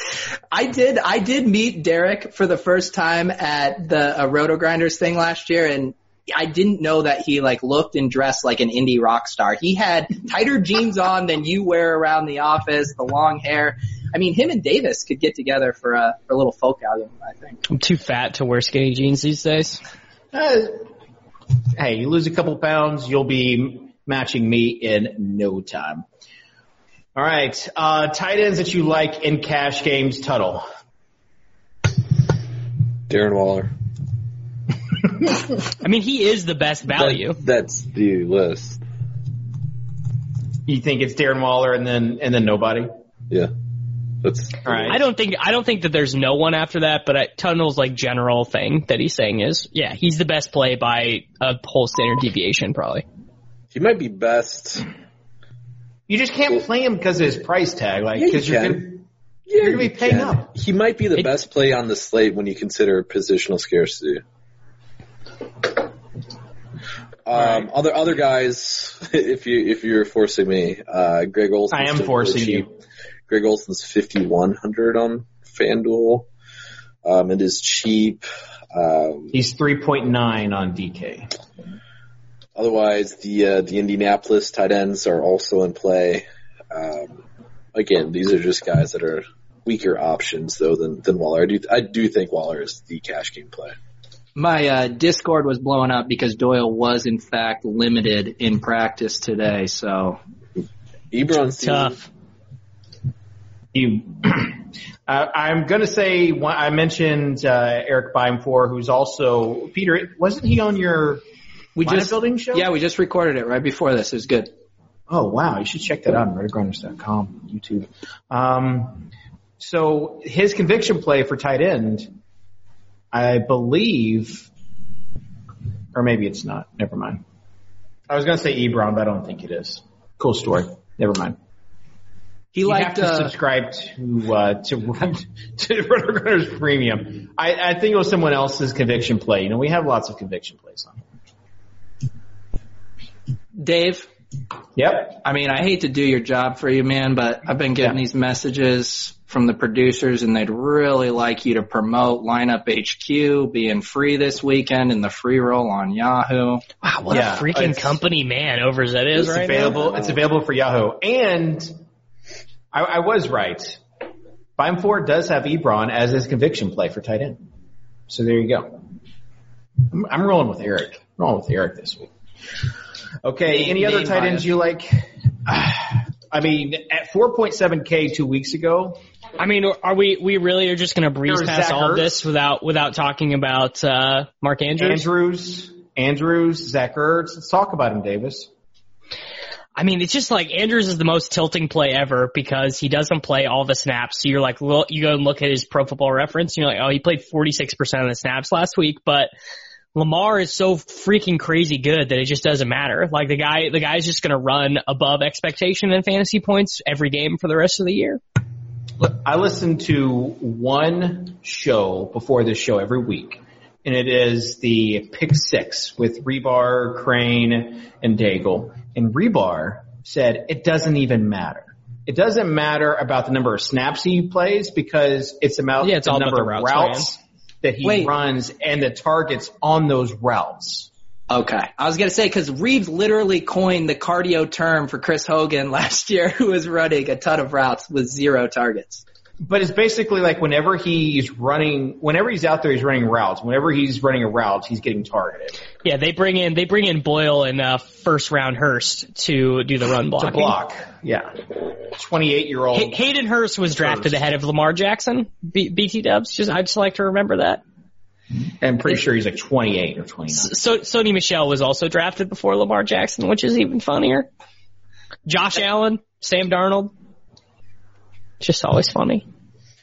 S2: I did. I did meet Derek for the first time at the uh, Roto Grinders thing last year, and I didn't know that he like looked and dressed like an indie rock star. He had tighter jeans on than you wear around the office, the long hair. I mean, him and Davis could get together for a for a little folk outing. I think.
S3: I'm too fat to wear skinny jeans these days.
S1: Uh, hey, you lose a couple pounds, you'll be matching me in no time. All right, uh, tight ends that you like in cash games, Tuttle.
S4: Darren Waller.
S3: I mean, he is the best value.
S4: That- that's the list.
S1: You think it's Darren Waller and then and then nobody? All
S4: Yeah. That's
S1: right.
S3: I don't think I don't think that there's no one after that, but I, Tunnel's like general thing that he's saying is, yeah, he's the best play by a whole standard deviation probably.
S4: He might be best.
S1: You just can't play him because of his price tag, like
S4: Yeah, you
S1: because you're
S4: can.
S1: gonna, you're gonna be paying up.
S4: He might be the
S3: It-
S4: best play on the slate when you consider positional scarcity. Um, other other guys, [LAUGHS] if you if you're forcing me, uh, Greg Olson.
S1: I am forcing
S4: Greg Olson's 5100 on FanDuel. Um, it is cheap. Um,
S1: He's 3.9 on DK.
S4: otherwise, the uh, the Indianapolis tight ends are also in play. Um, again, these are just guys that are weaker options though than than Waller. I do I do think Waller is the cash game play.
S2: My uh, Discord was blowing up because Doyle was in fact limited in practice today. So
S4: Ebron season,
S3: Tough.
S1: You, [CLEARS THROAT] I, I'm gonna say one- I mentioned uh, Eric Bimefor, who's also Peter. Wasn't he on your
S2: we
S1: lineup
S2: just
S1: building show?
S2: yeah we just recorded it right before this. It was good.
S1: Oh wow, you should check that out on RedGrinders.com, YouTube. Um, so his conviction play for tight end, I believe, or maybe it's not. Never mind. I was gonna say Ebron, but I don't think it is. Cool story. Never mind.
S2: He
S1: you
S2: liked
S1: have to
S2: uh,
S1: subscribe to uh, to [LAUGHS] to Runner's Premium. I, I think it was someone else's conviction play. You know, we have lots of conviction plays on. here.
S2: Dave.
S1: Yep.
S2: I mean, I hate to do your job for you, man, but I've been getting
S1: Yeah.
S2: these messages from the producers and they'd really like you to promote lineup HQ being free this weekend in the free roll on Yahoo.
S3: Wow, what
S1: Yeah,
S3: a freaking
S1: it's-
S3: company man Overs that is
S1: It's
S3: right
S1: available. It's available for Yahoo. And I, I was right. Bime Ford does have Ebron as his conviction play for tight end. So there you go. I'm, I'm rolling with Eric. I'm rolling with Eric this week. Okay.
S2: Name-
S1: any other
S2: name
S1: tight ends
S2: bias.
S1: you like? [SIGHS] I mean, at 4.7k two weeks ago,
S3: now. I mean, are we we really are just gonna breeze
S1: Or
S3: past
S1: Zach
S3: all of
S1: Ertz.
S3: this without without talking about uh Mark Andrews?
S1: Andrews, Andrews, Zach Ertz. Let's talk about him, Davis.
S3: I mean, it's just like Andrews is the most tilting play ever because he doesn't play all the snaps. So you're like, look, you go and look at his pro football reference and you're like, oh, he played 46% of the snaps last week, but Lamar is so freaking crazy good that it just doesn't matter. Like the guy, the guy's just going to run above expectation in fantasy points every game for the rest of the year.
S1: I listen to one show before this show every week, and it is the Pick Six with Rebar, Crane, and Daigle. And Rebar said it doesn't even matter. It doesn't matter about the number of snaps he plays because it's about
S3: Yeah, it's
S1: the
S3: all about
S1: number
S3: the
S1: of
S3: routes ran.
S1: routes that he
S2: Wait.
S1: runs and the targets on those routes.
S2: Okay. I was going to say, because Reeves literally coined the cardio term for Chris Hogan [LAUGHS] last year, who was running a ton of routes with zero targets.
S1: But it's basically like whenever he's running, whenever he's out there, he's running routes. Whenever he's running a route, he's getting targeted.
S3: Yeah. They bring in, they bring in Boyle and uh, first round Hurst to do the run blocking.
S1: to block. Yeah, twenty-eight year old.
S3: Hay- Hayden Hurst was drafted ahead of Lamar Jackson, B- BT Dubs. Just, I just like to remember that.
S1: I'm pretty sure he's like twenty-eight or twenty-nine.
S3: so Sony Michelle was also drafted before Lamar Jackson, which is even funnier. Josh Allen, Sam Darnold. Just always funny.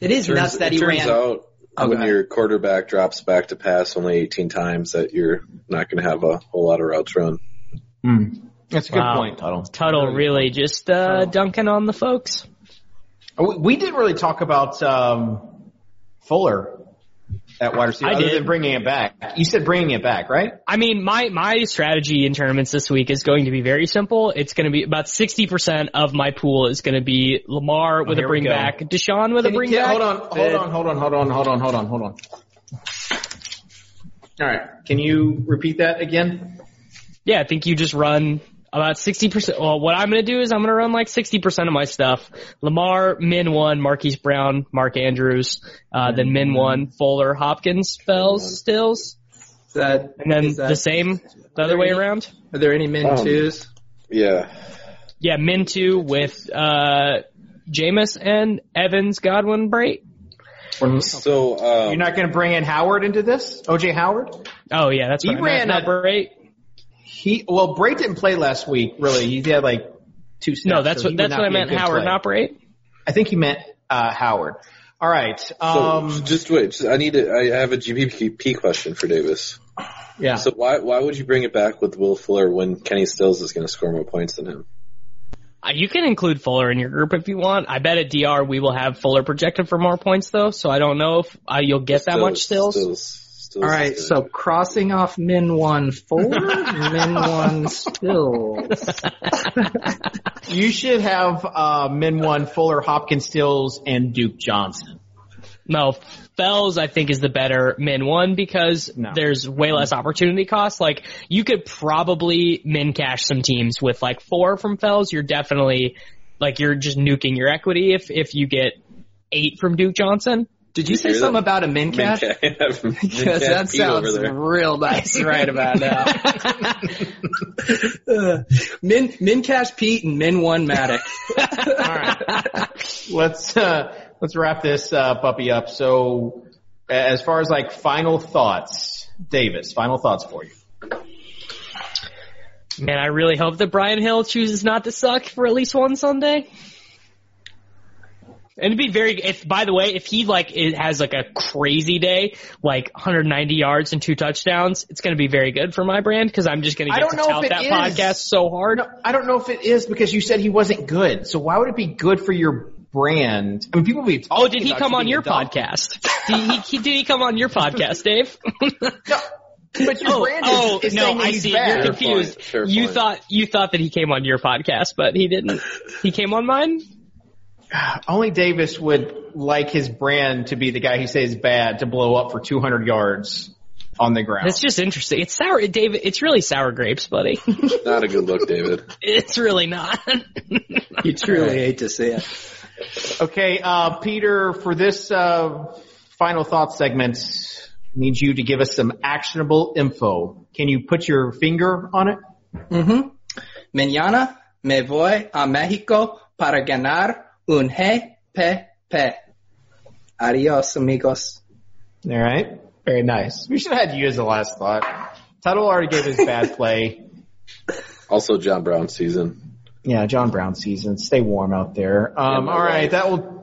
S2: It is nuts that
S4: it
S2: he
S4: turns
S2: ran.
S4: out
S2: Oh,
S4: when
S2: go ahead.
S4: your quarterback drops back to pass only 18 times that you're not going to have a whole lot of routes run.
S1: That's a good
S3: Wow.
S1: point, Tuttle.
S3: Tuttle really just uh, dunking on the folks.
S1: We, we didn't really talk about um, Fuller at wide receiver.
S3: I
S1: other
S3: did.
S1: than bringing it back. You said bringing it back, right?
S3: I mean, my my strategy in tournaments this week is going to be very simple. It's going to be about sixty percent of my pool is going to be Lamar with a
S1: here we
S3: bring
S1: go.
S3: back, Deshaun with a bring
S1: Yeah,
S3: back.
S1: hold on, hold on, hold on, hold on, hold on, hold on, hold on. All right, can you repeat that again?
S3: yeah, I think you just run about 60%. Well, what I'm going to do is I'm going to run like 60% of my stuff. Lamar, Min 1, Marquise Brown, Mark Andrews, uh, then Min 1, Fuller, Hopkins, Fells, Stills,
S2: Is that,
S3: and then
S2: is that-
S3: the same the other way around.
S2: Are there any min
S4: Um,
S2: twos?
S4: Yeah.
S3: Yeah, Min 2 with, uh, Jameis and Evans, Godwin, Brait.
S4: So, um,
S1: You're not going to bring in Howard into this? OJ Howard?
S3: Oh yeah, that's
S1: He
S3: right.
S1: ran
S3: not,
S1: a-
S3: not Brait.
S1: He well, Brake didn't play last week. Really, he had like two. Snaps,
S3: No, that's
S1: so he
S3: what
S1: would
S3: that's
S1: not
S3: what I
S1: be a
S3: meant.
S1: good
S3: Howard,
S1: play.
S3: not Brait.
S1: I think he meant uh, Howard. All right.
S4: so
S1: Um,
S4: just wait. Just- I need to, I have a GPP question for Davis.
S1: yeah.
S4: So why why would you bring it back with Will Fuller when Kenny Stills is going to score more points than him?
S3: Uh, You can include Fuller in your group if you want. I bet at DR we will have Fuller projected for more points though, so I don't know if uh, you'll get that much stills.
S4: Stills, Stills
S2: All
S4: is
S2: right,
S4: good.
S2: so crossing off min one four, min one stills.
S1: you should have uh, Min One, Fuller, Hopkins, Stills, and Duke Johnson.
S3: No, Fells I think is the better min one because
S1: No.
S3: there's way less opportunity cost. Like you could probably min cash some teams with like four from Fells. You're definitely like you're just nuking your equity if if you get eight from Duke Johnson.
S2: Did you say
S4: hear that?
S2: something about a min
S4: Min
S2: cash?
S4: Ca- [LAUGHS] Min
S2: Because
S4: Ca-
S2: that
S4: Pete over
S2: sounds
S4: there.
S2: real nice right about now. Uh, min Min Cash Pete and Min One Matic.
S1: [LAUGHS] Let's uh, let's wrap this uh, puppy up. So, as far as like final thoughts, Davis, final thoughts for you.
S3: Man, I really hope that Brian Hill chooses not to suck for at least one Sunday. And it'd be very if by the way, if he like it has like a crazy day, like 190 yards and two touchdowns, it's gonna be very good for my brand because I'm just gonna
S1: I
S3: get
S1: don't
S3: to
S1: know
S3: tout
S1: if it
S3: that
S1: is.
S3: podcast so hard.
S1: No, I don't know if it is because you said he wasn't good. So why would it be good for your brand? I mean, people be talking.
S3: Oh, did he
S1: about
S3: come
S1: you
S3: on
S1: being
S3: your
S1: a dog.
S3: podcast? did, he, he, did he come on your podcast, Dave?
S1: [LAUGHS] No, but your
S3: oh,
S1: brand is,
S3: oh,
S1: is
S3: no,
S1: saying that
S3: I
S1: he's
S3: see.
S1: bad.
S3: You're
S4: Fair
S3: confused.
S4: point, fair
S3: you
S4: point.
S3: thought you thought that he came on your podcast, but he didn't. He came on mine.
S1: only Davis would like his brand to be the guy he says bad to blow up for 200 yards on the ground.
S3: That's just interesting. It's sour, David. It's really sour grapes, buddy. [LAUGHS]
S4: Not a good look, David.
S3: It's really not. [LAUGHS]
S2: You truly hate to see it.
S1: Okay, uh, Peter, for this uh, final thoughts segment, I need you to give us some actionable info. Can you put your finger on it?
S2: Mm-hmm. Mañana me voy a México para ganar un GPP. Adios, amigos.
S1: All right, very nice. We should have had you as the last thought. Tuttle already gave his bad play.
S4: Also, John Brown season.
S1: Yeah, John Brown season. Stay warm out there. Um,
S4: my
S1: all right,
S4: wife.
S1: that will.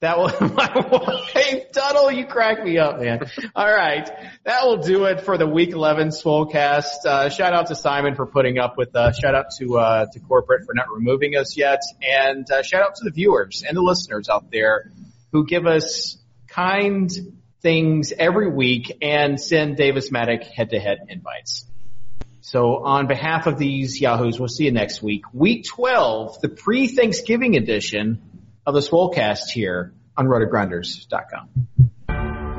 S1: That will, [LAUGHS] my wife, Tuttle, you crack me up, man. All right. That will do it for the week 11 Swolecast. Uh, shout out to Simon for putting up with, uh, shout out to, uh, to corporate for not removing us yet. And, uh, shout out to the viewers and the listeners out there who give us kind things every week and send Davis Maddock head to head invites. So on behalf of these Yahoos, we'll see you next week. Week 12, the pre-Thanksgiving edition of the Swolecast here on rotogrinders.com.